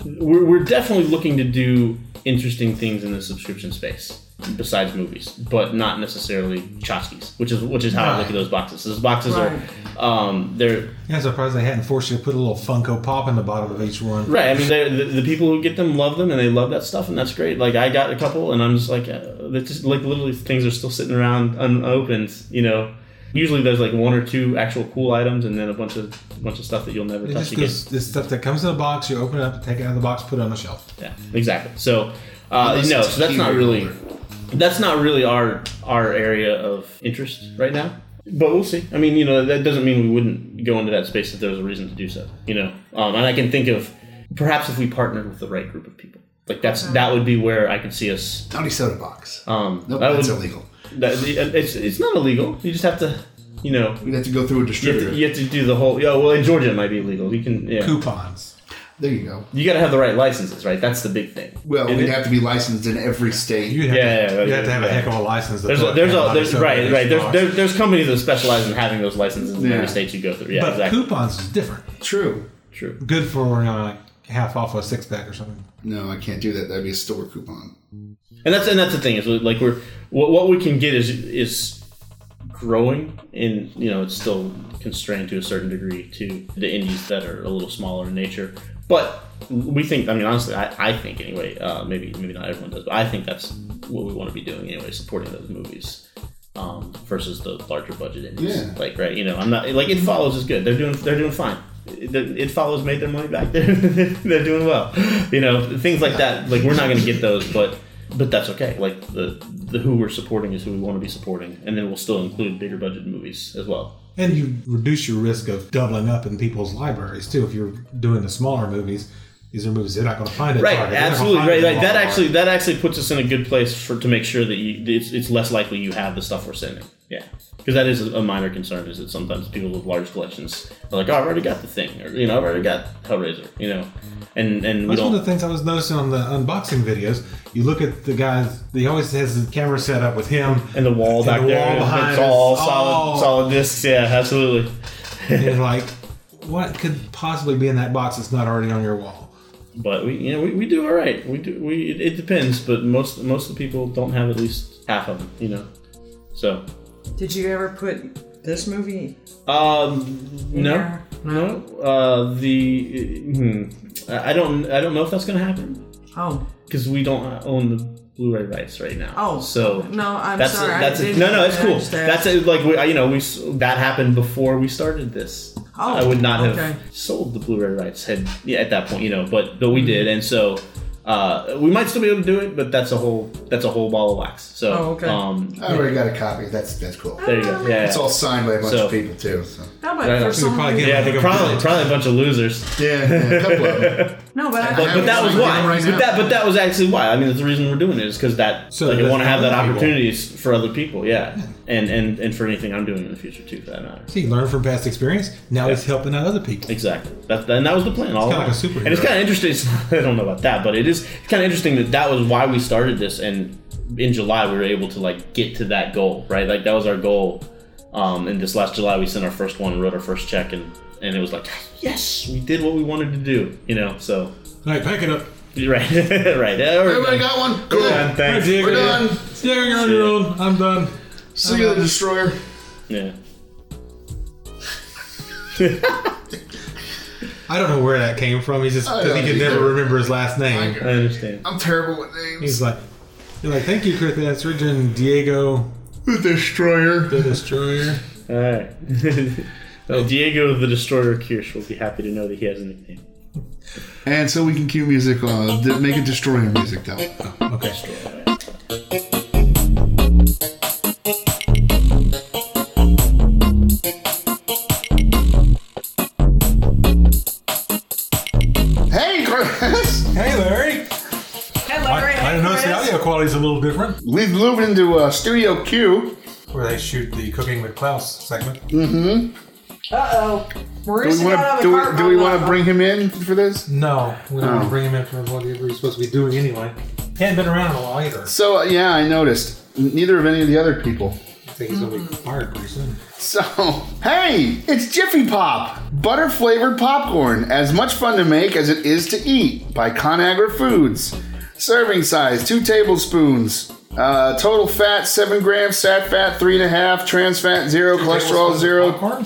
Speaker 3: we're, we're definitely looking to do interesting things in the subscription space besides movies, but not necessarily tchotchkes, which is which is how I look at those boxes. Those boxes are um, they're
Speaker 2: Yeah, I'm surprised they hadn't forced you to put a little Funko Pop in the bottom of each one.
Speaker 3: Right. I mean, they're- the, the people who get them love them, and they love that stuff, and that's great. Like I got a couple, and I'm just like, uh, they're just like literally things are still sitting around unopened. You know, usually there's like one or two actual cool items, and then a bunch of bunch of stuff that you'll never
Speaker 2: It
Speaker 3: touch
Speaker 2: just
Speaker 3: again.
Speaker 2: goes, this stuff that comes in a box, you open it up, take it out of the box, put it on the shelf.
Speaker 3: Yeah, exactly. So uh,
Speaker 1: Unless
Speaker 3: no,
Speaker 1: it's
Speaker 3: so that's not
Speaker 1: keyword
Speaker 3: really
Speaker 1: holder.
Speaker 3: that's not really our our area of interest right now. But we'll see. I mean, you know, that doesn't mean we wouldn't go into that space if there was a reason to do so. You know, um, and I can think of perhaps if we partnered with the right group of people. Like that's that would be where I could see us.
Speaker 1: Tony Soda Box.
Speaker 3: Um,
Speaker 1: nope,
Speaker 3: that
Speaker 1: that's
Speaker 3: would-
Speaker 1: illegal.
Speaker 3: That, it's it's not illegal. You just have to, you know,
Speaker 1: We'd have to go through a
Speaker 3: you have
Speaker 1: distributor.
Speaker 3: to, you have to do the whole. Yeah, well, in Georgia it might be illegal. You can. Yeah,
Speaker 2: Coupons.
Speaker 1: there you go.
Speaker 3: you got to have the right licenses, right? That's the big thing.
Speaker 1: Well,
Speaker 3: And
Speaker 1: we'd
Speaker 3: it-
Speaker 1: have to be licensed in every state.
Speaker 2: You'd have,
Speaker 3: Yeah, yeah,
Speaker 2: to,
Speaker 3: yeah,
Speaker 2: you'd have to have
Speaker 3: yeah.
Speaker 2: a heck of a license. to
Speaker 3: There's
Speaker 2: put
Speaker 3: a, there's a
Speaker 2: Amazon
Speaker 3: there's
Speaker 2: soda in
Speaker 3: right
Speaker 2: each
Speaker 3: right there's,
Speaker 2: box.
Speaker 3: there's there's companies that specialize in having those licenses in
Speaker 1: Yeah.
Speaker 3: every state you go through. Yeah,
Speaker 2: but
Speaker 3: exactly.
Speaker 2: coupons is different.
Speaker 1: True.
Speaker 3: True.
Speaker 2: Good for you know, like half off a six pack or something.
Speaker 1: No, I can't do that. That'd be a store coupon.
Speaker 3: And that's and that's the thing is like we're what, what we can get is is growing and you know it's still constrained to a certain degree to the indies that are a little smaller in nature, but we think I mean honestly I, I think anyway uh, maybe maybe not everyone does but I think that's what we want to be doing anyway supporting those movies. Um, versus the larger budget indies,
Speaker 1: Yeah.
Speaker 3: like right, you know, I'm not like it follows is good. They're doing they're doing fine. It, it follows made their money back. (laughs) They're they're doing well, you know, things like that. Like we're not going to get those, but but that's okay. Like the the who we're supporting is who we want to be supporting, and then we'll still include bigger budget movies as well.
Speaker 2: And you reduce your risk of doubling up in people's libraries too. If you're doing the smaller movies, these are movies they're not going to find at
Speaker 3: Right,
Speaker 2: Target. They're not
Speaker 3: absolutely.
Speaker 2: gonna
Speaker 3: Right,
Speaker 2: find it
Speaker 3: like
Speaker 2: in
Speaker 3: that
Speaker 2: Walmart.
Speaker 3: actually that actually puts us in a good place for to make sure that you it's, it's less likely you have the stuff we're sending. Yeah, because that is a minor concern is that sometimes people with large collections are like, oh, I've already got the thing, or you know, I've already got Hellraiser, you know, and and we
Speaker 2: That's one of
Speaker 3: don't.
Speaker 2: the things I was noticing on the unboxing videos. You look at the guys; he always has the camera set up with him
Speaker 3: And the wall
Speaker 2: and
Speaker 3: back
Speaker 2: the
Speaker 3: there,
Speaker 2: wall behind
Speaker 3: it's all
Speaker 2: us.
Speaker 3: solid,
Speaker 2: Oh.
Speaker 3: solid discs. Yeah, absolutely.
Speaker 2: and you're like, "What could possibly be in that box that's not already on your wall?"
Speaker 3: But we, you know, we, we do all right. We do. We it, it depends, but most most of the people don't have at least half of them. You know, so
Speaker 5: Did you ever put this movie?
Speaker 3: um, no,
Speaker 5: Yeah.
Speaker 3: no. Uh, the hmm, I I don't I don't know if that's gonna happen
Speaker 5: Oh,
Speaker 3: because we don't own the Blu-ray rights right now.
Speaker 5: Oh.
Speaker 3: so
Speaker 5: No, I'm
Speaker 3: that's
Speaker 5: sorry,
Speaker 3: A,
Speaker 5: I
Speaker 3: that's a,
Speaker 5: didn't
Speaker 3: no, no. It's cool.
Speaker 5: catch that.
Speaker 3: That's a, like we, you know we s- that happened before we started this.
Speaker 5: Oh,
Speaker 3: I would not
Speaker 5: okay.
Speaker 3: have sold the Blu-ray rights had yeah, at that point, you know. But but we
Speaker 5: Mm-hmm.
Speaker 3: did, and so. Uh, we might still be able to do it, but that's a whole that's a whole ball of wax. So,
Speaker 5: Oh, okay.
Speaker 3: um,
Speaker 1: I already got a copy. That's that's cool.
Speaker 3: there you go. Yeah, yeah.
Speaker 1: It's all signed by a bunch
Speaker 3: So-
Speaker 1: of people too. So.
Speaker 5: no, but
Speaker 3: Right, I
Speaker 5: for
Speaker 3: think
Speaker 2: we
Speaker 5: some
Speaker 2: probably
Speaker 5: reason-
Speaker 2: get-
Speaker 3: yeah, but probably probably a bunch of losers.
Speaker 1: Yeah, yeah, (laughs) a couple of them.
Speaker 5: no, but I,
Speaker 1: But-
Speaker 3: But that was
Speaker 1: Like
Speaker 3: why.
Speaker 1: them right
Speaker 3: but
Speaker 1: now.
Speaker 3: that, but that was actually why. I mean, that's the reason we're doing it is because that
Speaker 2: So
Speaker 3: like, I
Speaker 2: that
Speaker 3: want to have that
Speaker 2: other people-
Speaker 3: opportunities for other people. Yeah, and and and for anything I'm doing in the future too, for that matter.
Speaker 2: See, learn from past experience. Now he's helping out other people.
Speaker 3: Exactly. That, and that was the plan. All
Speaker 2: kinda
Speaker 3: along.
Speaker 2: like a superhero.
Speaker 3: And it's kind of interesting. (laughs) it's- I don't know about that, but it is it's kind of interesting that that was why we started this. And in July, we were able to like get to that goal, right? Like that was our goal. Um, and this last July, we sent our first one, wrote our first check, and and it was like, yes, we did what we wanted to do. You know, so
Speaker 2: Like, pack it up.
Speaker 3: right, (laughs) right.
Speaker 1: Everybody got one. Cool.
Speaker 3: done, thanks.
Speaker 2: Dig
Speaker 1: We're
Speaker 2: it.
Speaker 1: done.
Speaker 2: Dig it on your
Speaker 3: Uh-huh.
Speaker 2: own. I'm done.
Speaker 1: See you, the destroyer.
Speaker 3: Yeah.
Speaker 2: I don't know where that came from. He's just
Speaker 1: I
Speaker 2: because he
Speaker 1: don't
Speaker 2: could never
Speaker 1: either.
Speaker 2: remember his last name.
Speaker 3: I understand.
Speaker 1: I'm terrible with names.
Speaker 2: He's like, you're like, thank you, Chris. That's Regin Diego
Speaker 1: The Destroyer.
Speaker 2: the Destroyer.
Speaker 3: All right. (laughs) well, Diego the Destroyer Kirsch will be happy to know that he has a nickname.
Speaker 1: And so we can cue music, uh, d- make it Destroyer music, though.
Speaker 2: Okay.
Speaker 1: Hey, Chris! (laughs)
Speaker 2: Hey, Larry.
Speaker 5: Hello,
Speaker 2: I, I noticed the audio quality's a little different.
Speaker 1: We've moved into uh, Studio Q.
Speaker 2: Where they shoot the Cooking with Klaus segment.
Speaker 5: Uh oh.
Speaker 1: Do
Speaker 5: Marissa
Speaker 1: we want
Speaker 5: got on
Speaker 1: to
Speaker 5: the
Speaker 1: do we,
Speaker 5: cart
Speaker 1: do we
Speaker 5: on
Speaker 1: want
Speaker 5: the-
Speaker 1: to bring him in for this?
Speaker 2: No, we don't want
Speaker 1: Oh.
Speaker 2: to bring him in for whatever he's supposed to be doing anyway. He hadn't been around in a while either. I
Speaker 1: So uh, yeah, I noticed. Neither of any of the other people.
Speaker 2: think he's gonna be fired pretty soon.
Speaker 1: So hey, it's Jiffy Pop, butter flavored popcorn, as much fun to make as it is to eat. By Conagra Foods. Serving size: two tablespoons. Uh, total fat seven grams, sat fat three and a half, trans fat zero, cholesterol zero,
Speaker 2: Popcorn?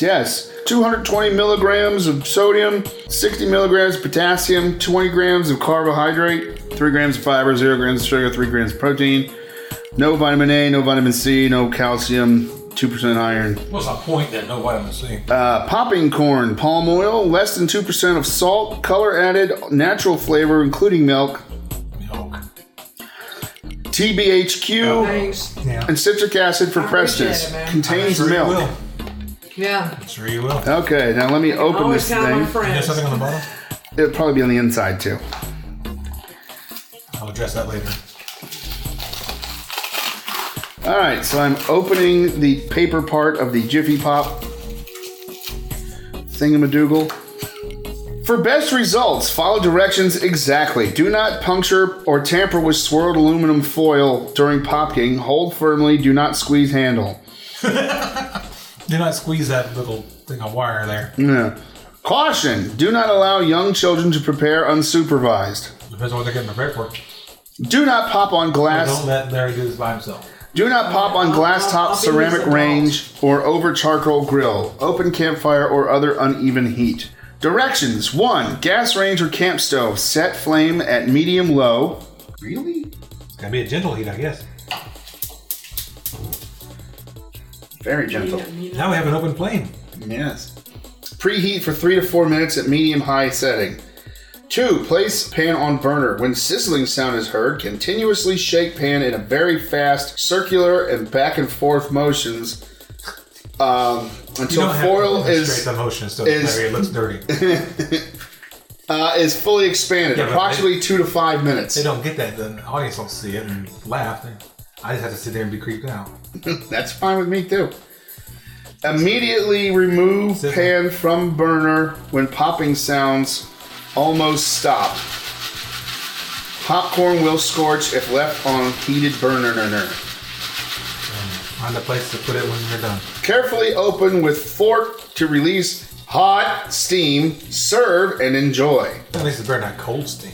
Speaker 1: Yes. 220 milligrams of sodium, 60 milligrams of potassium, 20 grams of carbohydrate, 3 grams of fiber, 0 grams of sugar, 3 grams of protein. No vitamin A, no vitamin C, no calcium, 2% iron.
Speaker 2: What's the point then? No vitamin C.
Speaker 1: Uh, popping corn, palm oil, less than 2% of salt, color added, natural flavor, including milk,
Speaker 2: Milk.
Speaker 1: TBHQ,
Speaker 5: Thanks.
Speaker 2: Yeah.
Speaker 1: and citric acid for
Speaker 5: I appreciate
Speaker 1: freshness.
Speaker 5: it, man.
Speaker 1: Contains
Speaker 2: sure You
Speaker 1: milk.
Speaker 2: will. Uh,
Speaker 5: Yeah.
Speaker 2: I'm sure you will. And
Speaker 1: Okay, now let me open
Speaker 5: Always
Speaker 1: this
Speaker 5: count on
Speaker 1: thing.
Speaker 5: Oh, my friends.
Speaker 2: there's something on the bottom?
Speaker 1: It'll probably be on the inside too.
Speaker 2: I'll address that later.
Speaker 1: All right, so I'm opening the paper part of the Jiffy Pop thingamadoogle. For best results, follow directions exactly. Do not puncture or tamper with swirled aluminum foil during popping. Hold firmly. Do not squeeze handle.
Speaker 2: Do not squeeze that little thing of wire there.
Speaker 1: Yeah. Caution: Do not allow young children to prepare unsupervised.
Speaker 2: Depends on what they're getting prepared for.
Speaker 1: Do not pop on
Speaker 2: Don't
Speaker 1: glass.
Speaker 2: let Larry do this by himself.
Speaker 1: Do not pop on glass top, ceramic range, or over charcoal grill, open campfire, or other uneven heat. Directions 1. Gas range or camp stove. Set flame at medium low. Really?
Speaker 2: It's gonna be a gentle heat, I guess.
Speaker 1: Very gentle.
Speaker 2: Now we have an open flame.
Speaker 1: Yes. Preheat for 3 to 4 minutes at medium high setting. 2. Place pan on burner. When sizzling sound is heard, continuously shake pan in a very fast, circular, and back and forth motions um,
Speaker 2: You
Speaker 1: until
Speaker 2: don't have to
Speaker 1: foil
Speaker 2: demonstrate
Speaker 1: is.
Speaker 2: the motion so
Speaker 1: is-
Speaker 2: Larry it
Speaker 1: (laughs)
Speaker 2: looks dirty.
Speaker 1: uh, is fully expanded,
Speaker 2: Yeah, but
Speaker 1: approximately two to five minutes.
Speaker 2: they don't get that. The audience don't see it and laugh. I just have to sit there and be creeped out.
Speaker 1: (laughs) That's fine with me too. Immediately remove
Speaker 2: Sit
Speaker 1: pan from burner when popping sounds almost stop. Popcorn will scorch if left on heated burner.
Speaker 2: Find a place to put it when you're done.
Speaker 1: Carefully open with fork to release hot steam. Serve and enjoy.
Speaker 2: At least it's better not cold steam.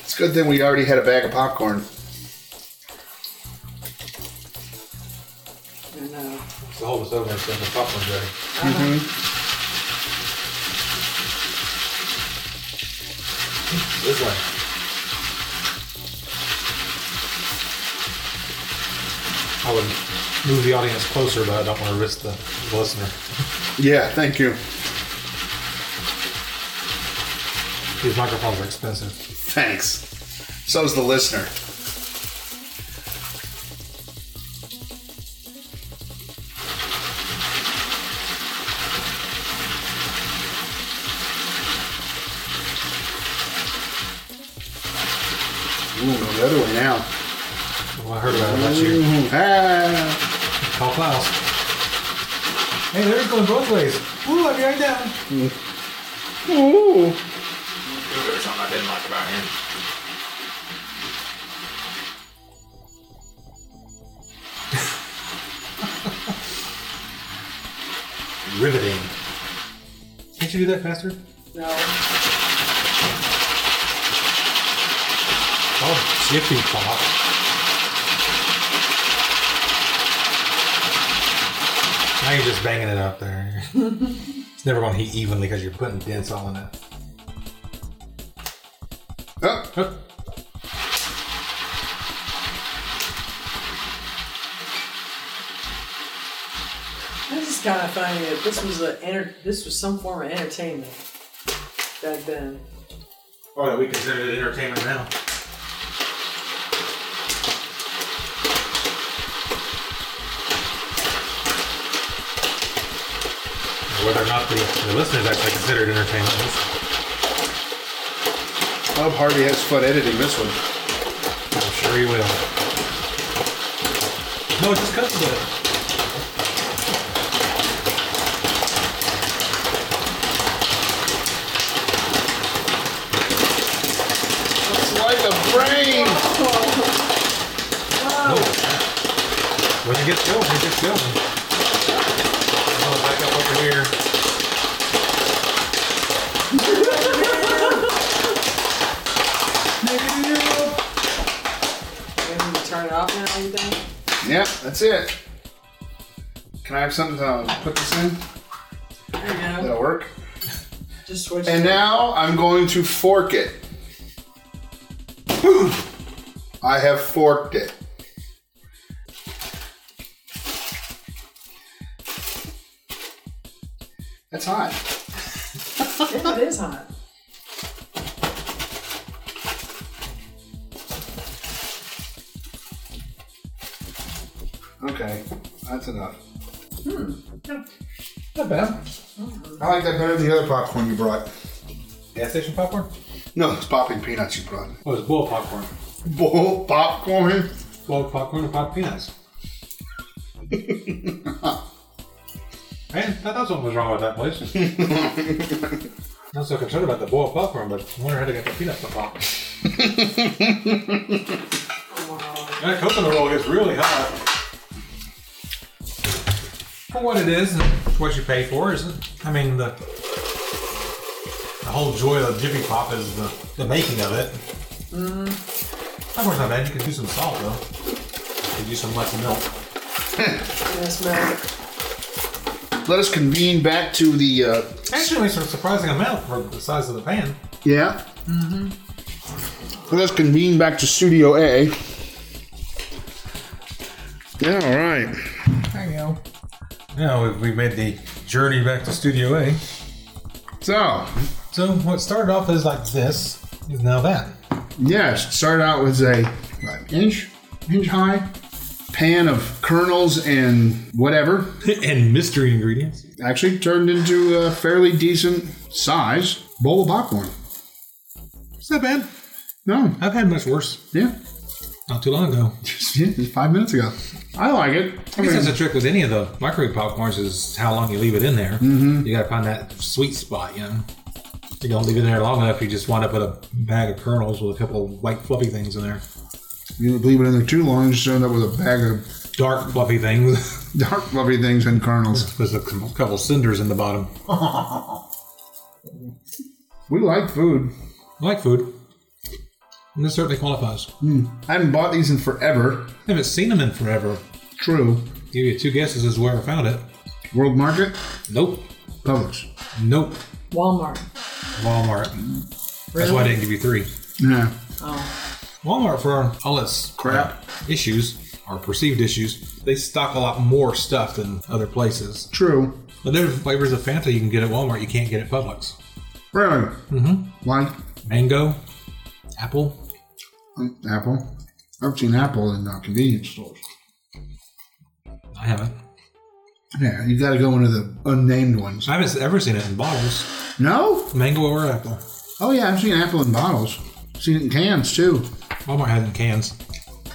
Speaker 1: It's a good thing we already had a bag of popcorn.
Speaker 5: And, uh,
Speaker 2: So hold this over so the popcorn's ready. Mm-hmm. This way. I would move the audience closer, but I don't want to risk the listener.
Speaker 1: Yeah, thank you.
Speaker 2: These microphones are expensive.
Speaker 1: Thanks. So's the listener. Ooh, go the other way now.
Speaker 2: Well, I heard about it. That's you.
Speaker 1: Ooh, ah.
Speaker 2: Call Klaus. Hey, Larry's going both ways. Ooh, I'll be right down.
Speaker 1: Ooh.
Speaker 2: There's something I didn't like about him. Riveting. Can't you do that faster?
Speaker 5: no.
Speaker 2: Oh, jiffy pop. Now you're just banging it out there. it's never going to heat evenly because you're putting dents all in it.
Speaker 1: Oh,
Speaker 2: Huh.
Speaker 6: I just kind of finding that this was a enter- this was some form of entertainment back then.
Speaker 2: Oh, that we consider it entertainment now. Whether or not the, the listeners actually consider it entertainment. is-
Speaker 1: Bob Harvey has fun editing this one.
Speaker 2: I'm sure you will. No, it just cuts the.
Speaker 1: It's like a brain.
Speaker 2: No. When it gets going, it gets going. I'm gonna back up over here.
Speaker 6: Maybe we turn it off now. You think?
Speaker 1: Yep, that's it. Can I have something to put this in?
Speaker 6: There you go.
Speaker 1: That'll work.
Speaker 6: Just switch.
Speaker 1: And
Speaker 6: it.
Speaker 1: now I'm going to fork it. I have forked it. That's hot.
Speaker 6: it is hot.
Speaker 1: Okay, that's enough.
Speaker 2: Not bad.
Speaker 1: I like that better than the other popcorn you brought.
Speaker 2: Gas station popcorn?
Speaker 1: No, it's popping peanuts you brought.
Speaker 2: Oh, it's boiled popcorn.
Speaker 1: Bowl popcorn.
Speaker 2: Boiled popcorn and popped peanuts. Man, I thought something was wrong with that place. Not so concerned about the boiled popcorn, but I wonder how they got the peanuts to pop. that coconut oil gets really hot. For what it is, and what you pay for, is it? I mean, the the whole joy of Jiffy Pop is the, the making of it. Of course, not bad. You can do some salt though. You could use some less milk.
Speaker 6: Yes, man.
Speaker 1: Let us convene back to the. Uh,
Speaker 2: Actually, it's a surprising amount for the size of the pan.
Speaker 1: yeah. Mm-hmm. Let us convene back to Studio A. Yeah, all right.
Speaker 2: There you go. Now we've, we made the journey back to Studio A.
Speaker 1: So,
Speaker 2: So what started off as like this is now that.
Speaker 1: yes, it started out with a what, inch, inch high pan of kernels and whatever.
Speaker 2: (laughs) and mystery ingredients.
Speaker 1: Actually, turned into a fairly decent size bowl of popcorn.
Speaker 2: It's not bad.
Speaker 1: No,
Speaker 2: I've had much worse
Speaker 1: yeah,
Speaker 2: not too long ago.
Speaker 1: just, yeah, just five minutes ago. I like it. I
Speaker 2: I guess
Speaker 1: mean,
Speaker 2: that's the trick with any of the microwave popcorns is how long you leave it in there. You gotta find that sweet spot, you know. If you don't leave it in there long enough, you just wind up with a bag of kernels with a couple of white fluffy things in there.
Speaker 1: you leave it in there too long, you just end up with a bag of
Speaker 2: Dark fluffy things (laughs)
Speaker 1: dark fluffy things and kernels.
Speaker 2: with a c- couple cinders in the bottom.
Speaker 1: We like food.
Speaker 2: I like food. And this certainly qualifies.
Speaker 1: I haven't bought these in forever.
Speaker 2: I haven't seen them in forever.
Speaker 1: True.
Speaker 2: Give you two guesses as to where I found it.
Speaker 1: World Market,
Speaker 2: Nope.
Speaker 1: Publix.
Speaker 2: Nope.
Speaker 6: Walmart.
Speaker 2: Walmart. That's why I didn't give you three.
Speaker 1: Yeah.
Speaker 6: Oh.
Speaker 2: Walmart, for all its uh,
Speaker 1: Crap.
Speaker 2: issues or perceived issues, they stock a lot more stuff than other places.
Speaker 1: True.
Speaker 2: But there are flavors of Fanta you can get at Walmart you can't get at Publix.
Speaker 1: Really? Mm-hmm. Like
Speaker 2: Mango, apple.
Speaker 1: um, Apple. I've seen Apple in uh, convenience stores.
Speaker 2: I haven't.
Speaker 1: Yeah, you got to go into the unnamed ones.
Speaker 2: I haven't ever seen it in bottles.
Speaker 1: No?
Speaker 2: Mango or apple.
Speaker 1: Oh yeah, I've seen Apple in bottles. Seen it in cans too.
Speaker 2: Walmart has it in cans.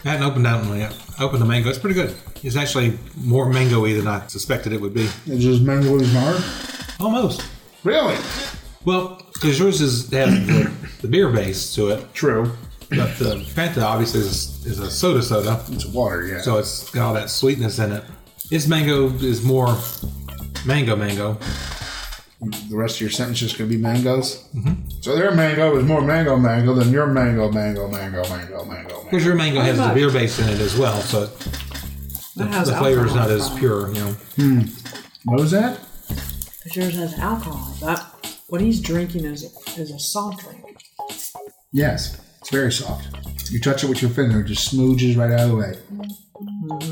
Speaker 2: I hadn't opened that one yet. I opened the mango. It's pretty good. It's actually more mango-y than I suspected it would be.
Speaker 1: It's just mango is hard.
Speaker 2: Almost.
Speaker 1: Really?
Speaker 2: Well, because yours is has the, the beer base to it,
Speaker 1: True.
Speaker 2: but the Fanta obviously is, is a soda soda,
Speaker 1: It's water, yeah.
Speaker 2: so it's got all that sweetness in it. Its mango is more mango mango.
Speaker 1: the rest of your sentence is going to be mangoes. So their mango is more mango mango than your mango mango mango mango mango. mango.
Speaker 2: Because your mango has the beer base in it as well, so it- the,
Speaker 6: has
Speaker 2: the flavor is
Speaker 6: alcohol
Speaker 2: not as
Speaker 6: from it.
Speaker 2: pure. You know,
Speaker 1: What was that?
Speaker 6: But yours has alcohol. That what he's drinking is is a soft drink.
Speaker 1: Yes, it's very soft. You touch it with your finger, it just smooches right out of the way.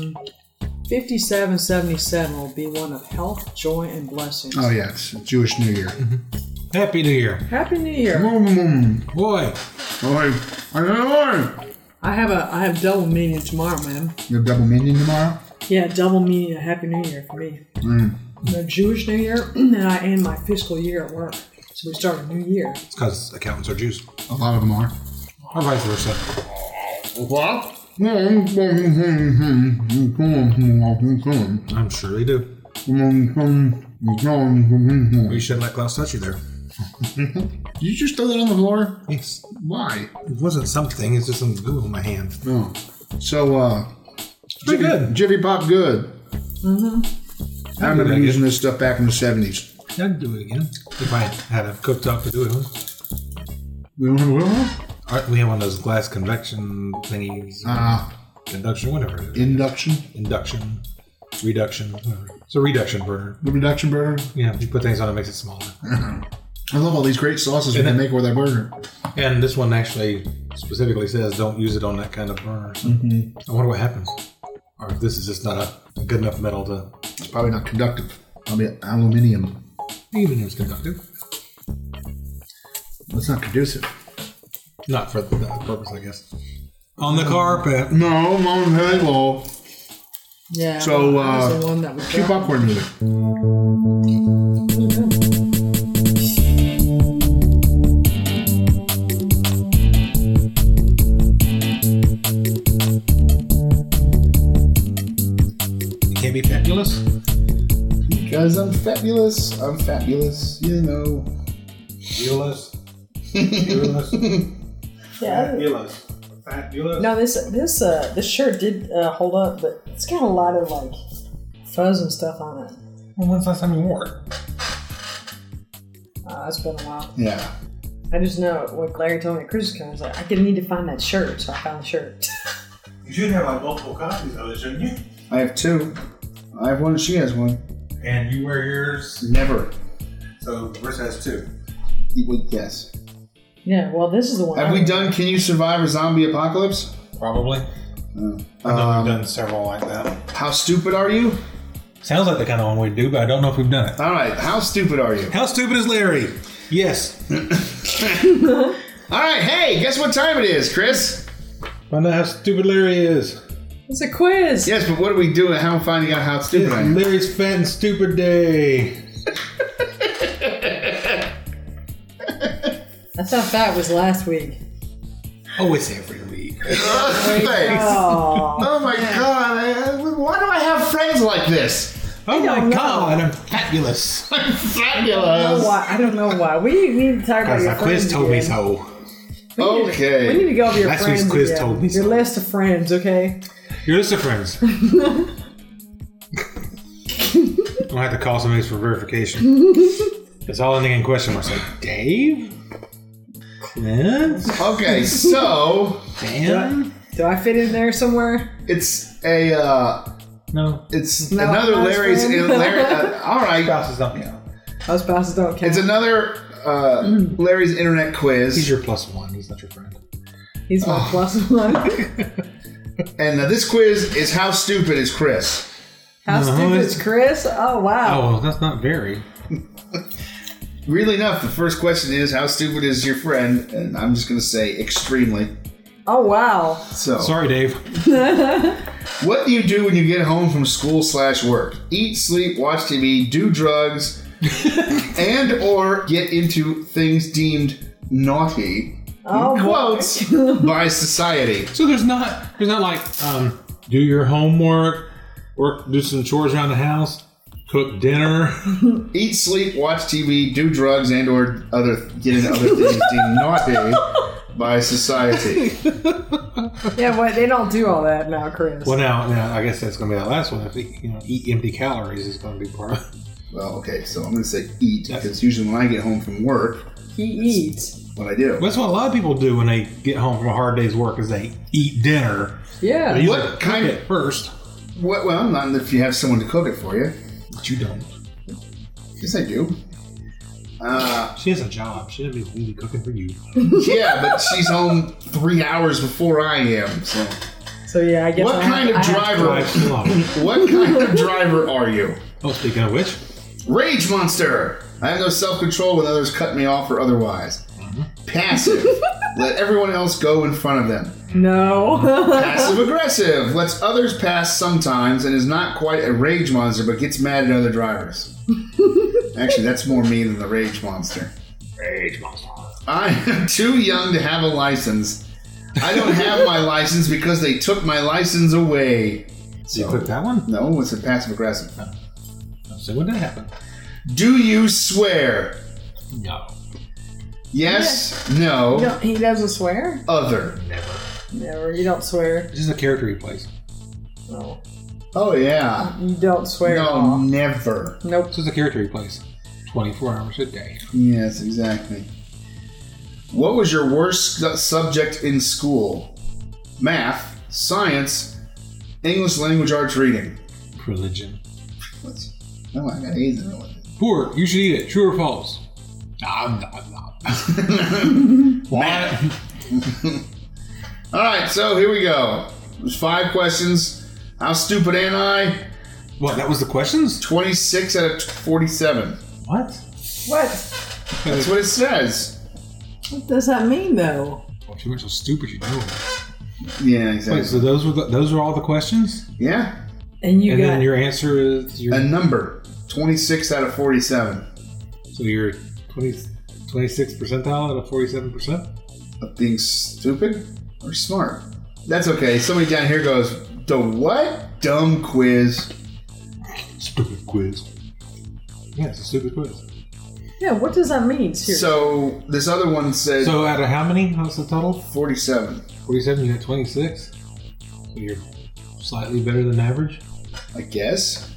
Speaker 6: Fifty-seven seventy-seven will be one of health, joy, and blessings.
Speaker 1: Oh yeah, it's Jewish New Year.
Speaker 2: Happy New Year.
Speaker 6: Happy New Year!
Speaker 1: Mm,
Speaker 2: Boy,
Speaker 1: Oi, oi, oi, oi.
Speaker 6: I have a I have double meaning tomorrow, man.
Speaker 1: You have double minion tomorrow?
Speaker 6: Yeah, double meaning of Happy New Year for me.
Speaker 1: Mm.
Speaker 6: The Jewish New Year, (clears throat) and I end my fiscal year at work, so we start a new year.
Speaker 2: it's because accountants are Jews.
Speaker 1: A lot of them are.
Speaker 2: Or vice versa.
Speaker 1: What? Well,
Speaker 2: I'm sure they do. You shouldn't let Klaus touch you there.
Speaker 1: Did you just throw that on the floor?
Speaker 2: Yes.
Speaker 1: Why?
Speaker 2: It wasn't something, it's just some goo on my hand.
Speaker 1: No. So, uh,
Speaker 2: pretty good.
Speaker 1: Jiffy Pop good. Mm-hmm. I remember
Speaker 2: Very good.
Speaker 1: using this stuff back in the 70s.
Speaker 2: I'd do it again. If I had it cooked up to do it.
Speaker 1: We don't have a little?
Speaker 2: Alright, we have one of those glass convection thingies.
Speaker 1: Uh,
Speaker 2: Ah. Induction, whatever it is.
Speaker 1: induction.
Speaker 2: Induction, reduction, whatever. It's a reduction burner.
Speaker 1: The reduction burger.
Speaker 2: Yeah, you put things on it, makes it smaller.
Speaker 1: I love all these great sauces we
Speaker 2: And
Speaker 1: can
Speaker 2: it-
Speaker 1: make with our burger.
Speaker 2: And this one actually specifically says don't use it on that kind of burner. So I wonder what happens. Or if this is just not a, a good enough metal to.
Speaker 1: It's probably not conductive. Probably aluminium.
Speaker 2: Even if it's conductive.
Speaker 1: That's not conducive.
Speaker 2: Not for that purpose, I guess. On the carpet.
Speaker 1: No, mom, hey, well,
Speaker 6: Yeah.
Speaker 1: So,
Speaker 6: that was
Speaker 1: uh,
Speaker 6: the one that was
Speaker 1: cue
Speaker 6: done.
Speaker 1: popcorn music.
Speaker 2: It can't be fabulous.
Speaker 1: Because I'm fabulous. I'm fabulous. You know.
Speaker 2: Fabulous. Fabulous. Fabulous. Fabulous.
Speaker 6: Now this this uh this shirt did uh, hold up, but it's got a lot of like fuzz and stuff on it.
Speaker 2: Well, when's the last time you wore it?
Speaker 6: Uh, it's been a while.
Speaker 1: Yeah.
Speaker 6: I just know when Larry told me at Christmas time, I was like, I could need to find that shirt, so I found the shirt. (laughs)
Speaker 2: You should have like multiple copies of it, shouldn't you?
Speaker 1: I have two. I have one. She has one.
Speaker 2: And you wear yours,
Speaker 1: Never.
Speaker 2: so Bruce has two.
Speaker 1: You would guess.
Speaker 6: yeah, well, this is the one.
Speaker 1: Have we done Can You Survive a Zombie Apocalypse?
Speaker 2: Probably. I know
Speaker 1: Um,
Speaker 2: we've done several like that.
Speaker 1: How stupid are you?
Speaker 2: Sounds like the kind of one we do, but I don't know if we've done it.
Speaker 1: All right. How stupid are you?
Speaker 2: How stupid is Larry? Yes.
Speaker 1: All right. Hey, guess what time it is, Chris?
Speaker 2: Find out how stupid Larry is.
Speaker 6: It's a quiz.
Speaker 1: Yes, but what are we doing? How am I finding out how stupid
Speaker 2: It's
Speaker 1: I am?
Speaker 2: Larry's fat and stupid day.
Speaker 6: I thought that was
Speaker 2: (laughs)
Speaker 6: last week.
Speaker 2: Oh, it's every week.
Speaker 1: (laughs) Thanks.
Speaker 6: Oh,
Speaker 1: Oh my god! I, why do I have friends like this?
Speaker 2: Oh my
Speaker 6: don't know.
Speaker 2: god, I'm fabulous.
Speaker 1: I'm
Speaker 6: I don't know
Speaker 1: fabulous.
Speaker 6: why. I don't know why. We need to talk about
Speaker 2: Because
Speaker 6: your
Speaker 2: the quiz
Speaker 6: friends
Speaker 2: told me
Speaker 6: again.
Speaker 2: so.
Speaker 6: We need to-
Speaker 1: Okay.
Speaker 6: We need to go over your
Speaker 2: Last week's
Speaker 6: friends.
Speaker 2: quiz
Speaker 6: again.
Speaker 2: told me
Speaker 6: your
Speaker 2: so.
Speaker 6: list of friends, okay?
Speaker 2: Your list of friends. I'm gonna have to call somebody for verification. it's all ending in question marks. Like, Dave? Clint?
Speaker 1: Okay, so
Speaker 2: Dan?
Speaker 6: Do I fit in there somewhere?
Speaker 1: it's a uh,
Speaker 2: No.
Speaker 1: it's
Speaker 6: No,
Speaker 1: another
Speaker 6: I was
Speaker 1: Larry's.
Speaker 6: wrong.
Speaker 1: Larry, uh, all right,
Speaker 2: Spouse is not yeah.
Speaker 6: Us spouses don't count.
Speaker 1: it's another uh, Larry's internet
Speaker 2: He's
Speaker 1: quiz,
Speaker 2: your plus one. He's not your friend.
Speaker 6: He's
Speaker 1: Oh.
Speaker 6: my
Speaker 1: (laughs)
Speaker 6: plus one.
Speaker 1: and uh, this quiz is how stupid is Chris?
Speaker 6: How
Speaker 2: No,
Speaker 6: stupid
Speaker 2: it's-
Speaker 6: is Chris? Oh wow.
Speaker 2: Oh, well, that's not very.
Speaker 1: Really enough, the first question is how stupid is your friend, and I'm just gonna say extremely.
Speaker 6: Oh wow.
Speaker 1: So,
Speaker 2: Sorry, Dave.
Speaker 1: what do you do when you get home from school slash work? Eat, sleep, watch TV, do drugs, and or get into things deemed naughty
Speaker 6: Oh
Speaker 1: quotes by society.
Speaker 2: So there's not there's not like um, do your homework, work, do some chores around the house, cook (laughs) dinner.
Speaker 1: eat, sleep, watch TV, do drugs, and or other get into other things deemed naughty by society.
Speaker 6: boy. Yeah, but they don't do all that now, Chris.
Speaker 2: well, now now I guess that's gonna be that last one. If you you know eat empty calories is gonna be part. of
Speaker 1: Well, okay, so I'm gonna say eat because usually when I get home from work,
Speaker 6: He eats.
Speaker 1: what I do.
Speaker 2: That's what a lot of people do when they get home from a hard day's work is they eat dinner.
Speaker 6: Yeah.
Speaker 2: They
Speaker 1: What
Speaker 2: usually
Speaker 1: kind
Speaker 2: cook it
Speaker 1: of-
Speaker 2: first?
Speaker 1: What, well, not if you have someone to cook it for you.
Speaker 2: But you don't.
Speaker 1: Yes, I do. Uh,
Speaker 2: She has a job. She doesn't need to be cooking for you.
Speaker 1: yeah, but she's home three hours before I am. So,
Speaker 6: So yeah, I guess.
Speaker 1: what
Speaker 6: I
Speaker 1: kind
Speaker 6: have,
Speaker 1: of
Speaker 6: I have-
Speaker 1: driver?
Speaker 2: Drive along. (laughs)
Speaker 1: What kind of driver are you?
Speaker 2: Oh, speaking of which,
Speaker 1: Rage monster. I have no self control when others cut me off or otherwise. (laughs) Passive. Let everyone else go in front of them.
Speaker 6: no.
Speaker 1: (laughs) Passive aggressive. Lets others pass sometimes and is not quite a rage monster but gets mad at other (laughs) drivers. Actually, that's more me than the rage monster.
Speaker 2: Rage Monster.
Speaker 1: I am too young to have a license. I don't have my license because they took my license away.
Speaker 2: You click that one.
Speaker 1: No, it's a passive aggressive.
Speaker 2: So when did that happen?
Speaker 1: Do you swear?
Speaker 2: No,
Speaker 1: Yes, no,
Speaker 6: You don't- he doesn't swear.
Speaker 1: other.
Speaker 2: never.
Speaker 6: Never. You don't swear.
Speaker 2: This is a character he plays.
Speaker 6: No.
Speaker 1: Oh yeah.
Speaker 6: You don't swear. at
Speaker 1: No,
Speaker 6: all.
Speaker 1: never.
Speaker 6: Nope.
Speaker 2: This is a character he plays. Twenty-four hours a day.
Speaker 1: Yes, exactly. What was your worst su- subject in school? Math, science, English language arts reading.
Speaker 2: Religion.
Speaker 1: What's, no, I got A's in religion.
Speaker 2: Poor. You should eat it. True or false? Nah, nah, (laughs) nah.
Speaker 1: Math. (laughs) All right, so here we go. There's five questions. How stupid am I?
Speaker 2: (laughs) What? That was the questions.
Speaker 1: 26 out of 47.
Speaker 2: What?
Speaker 6: What?
Speaker 1: That's what it says.
Speaker 6: What does that mean though?
Speaker 2: Well, Oh, she went so stupid. You know.
Speaker 1: Yeah,
Speaker 2: Wait. So
Speaker 1: exactly.
Speaker 2: those were the, those were all the questions,
Speaker 1: Yeah,
Speaker 6: And you
Speaker 2: and
Speaker 6: got
Speaker 2: then your answer is your.
Speaker 1: a number. 26 out of 47.
Speaker 2: so you're 20, 26 percentile out of forty-seven percent.
Speaker 1: of being stupid or smart. That's okay. Somebody down here goes, the what? Dumb quiz.
Speaker 2: Stupid quiz. Yeah, it's a stupid quiz.
Speaker 6: yeah. What does that mean? Seriously.
Speaker 1: So this other one said
Speaker 2: So out of how many? How's the total?
Speaker 1: 47.
Speaker 2: Forty-seven. You got twenty-six. So you're slightly better than average.
Speaker 1: I guess.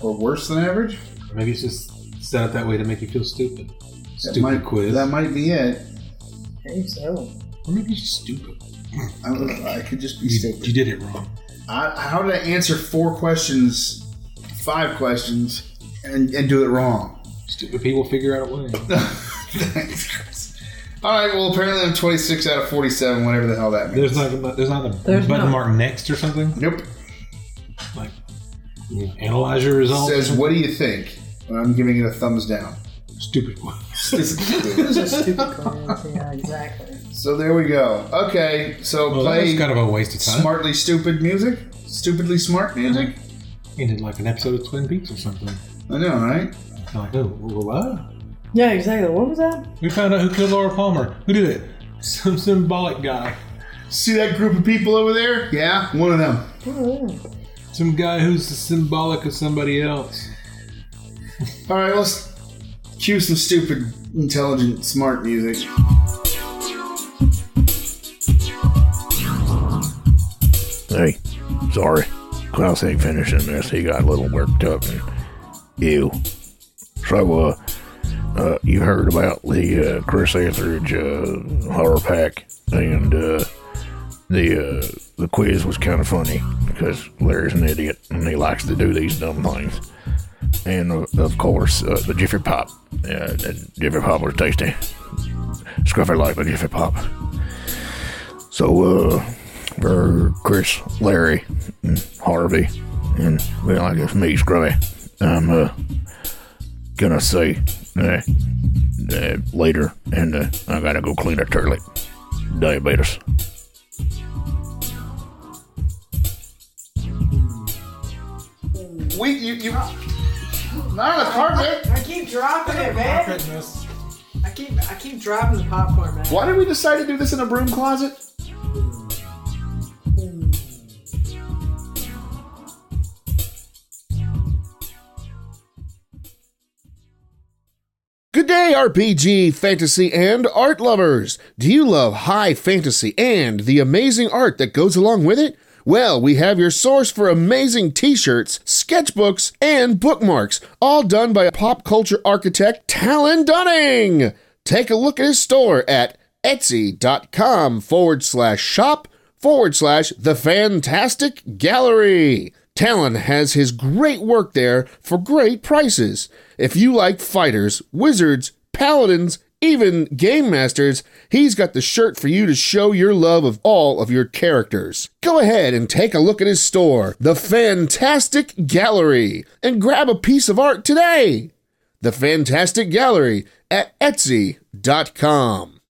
Speaker 1: Or worse than average.
Speaker 2: Or maybe it's just set up that way to make you feel stupid.
Speaker 1: That
Speaker 2: Stupid
Speaker 1: might,
Speaker 2: quiz.
Speaker 1: That might be it.
Speaker 6: I think so.
Speaker 2: or maybe it's just stupid.
Speaker 1: I, don't know. I could just be
Speaker 2: You,
Speaker 1: stupid.
Speaker 2: you did it wrong.
Speaker 1: I, how did I answer four questions, five questions, and, and do it wrong? (laughs)
Speaker 2: Stupid people figure out a way.
Speaker 1: Thanks, Chris. All right. Well, apparently I'm 26 out of 47, whatever the hell that means.
Speaker 2: There's not there's not a
Speaker 6: (laughs) There's
Speaker 2: button
Speaker 6: not.
Speaker 2: mark next or something.
Speaker 1: Nope.
Speaker 2: Like you know, analyze your results.
Speaker 1: Says, what do you think? And I'm giving it a thumbs down. (laughs)
Speaker 2: stupid quiz.
Speaker 6: It's a stupid quiz. Yeah, exactly.
Speaker 1: So there we go. Okay, so
Speaker 2: Well, that
Speaker 1: play
Speaker 2: was kind of a waste of time.
Speaker 1: smartly stupid music. Stupidly smart music.
Speaker 2: Ended like an episode of Twin Peaks or something.
Speaker 1: I know, right?
Speaker 2: Kinda Like, oh, what?
Speaker 6: Yeah, exactly. What was that?
Speaker 2: We found out who killed Laura Palmer. Who did it? Some symbolic guy.
Speaker 1: See that group of people over there? Yeah, one of them.
Speaker 2: Some guy who's the symbolic of somebody else.
Speaker 1: All right, let's cue some stupid, intelligent, smart music.
Speaker 7: Hey, sorry. Klaus ain't finishing this. He got a little worked up. And, ew. So, uh, uh, you heard about the uh, Chris Etheridge uh, horror pack, and uh, the uh, the quiz was kind of funny because Larry's an idiot and he likes to do these dumb things. And uh, of course, uh, the Jiffy Pop. Uh, the Jiffy Pop was tasty. Scruffy like the Jiffy Pop. So, uh, for Chris, Larry, and Harvey, and well, I guess me, Scrubby, I'm uh, gonna say uh, uh, later, and uh, I gotta go clean a toilet. Diabetes.
Speaker 1: Wait, you, you not a carpet.
Speaker 5: I keep dropping it, man.
Speaker 2: Goodness.
Speaker 5: I keep I keep dropping the popcorn, man.
Speaker 1: Why did we decide to do this in a broom closet?
Speaker 4: Good day, RPG, fantasy, and art lovers! Do you love high fantasy and the amazing art that goes along with it? Well, we have your source for amazing t shirts, sketchbooks, and bookmarks, all done by pop culture architect Talon Dunning! Take a look at his store at etsy.com forward slash shop forward slash the fantastic gallery. Talon has his great work there for great prices. If you like fighters, wizards, paladins, even game masters, he's got the shirt for you to show your love of all of your characters. Go ahead and take a look at his store, The Fantastic Gallery, and grab a piece of art today. The Fantastic Gallery at Etsy.com.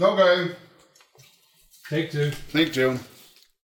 Speaker 1: Okay.
Speaker 2: Take two.
Speaker 1: Thank you.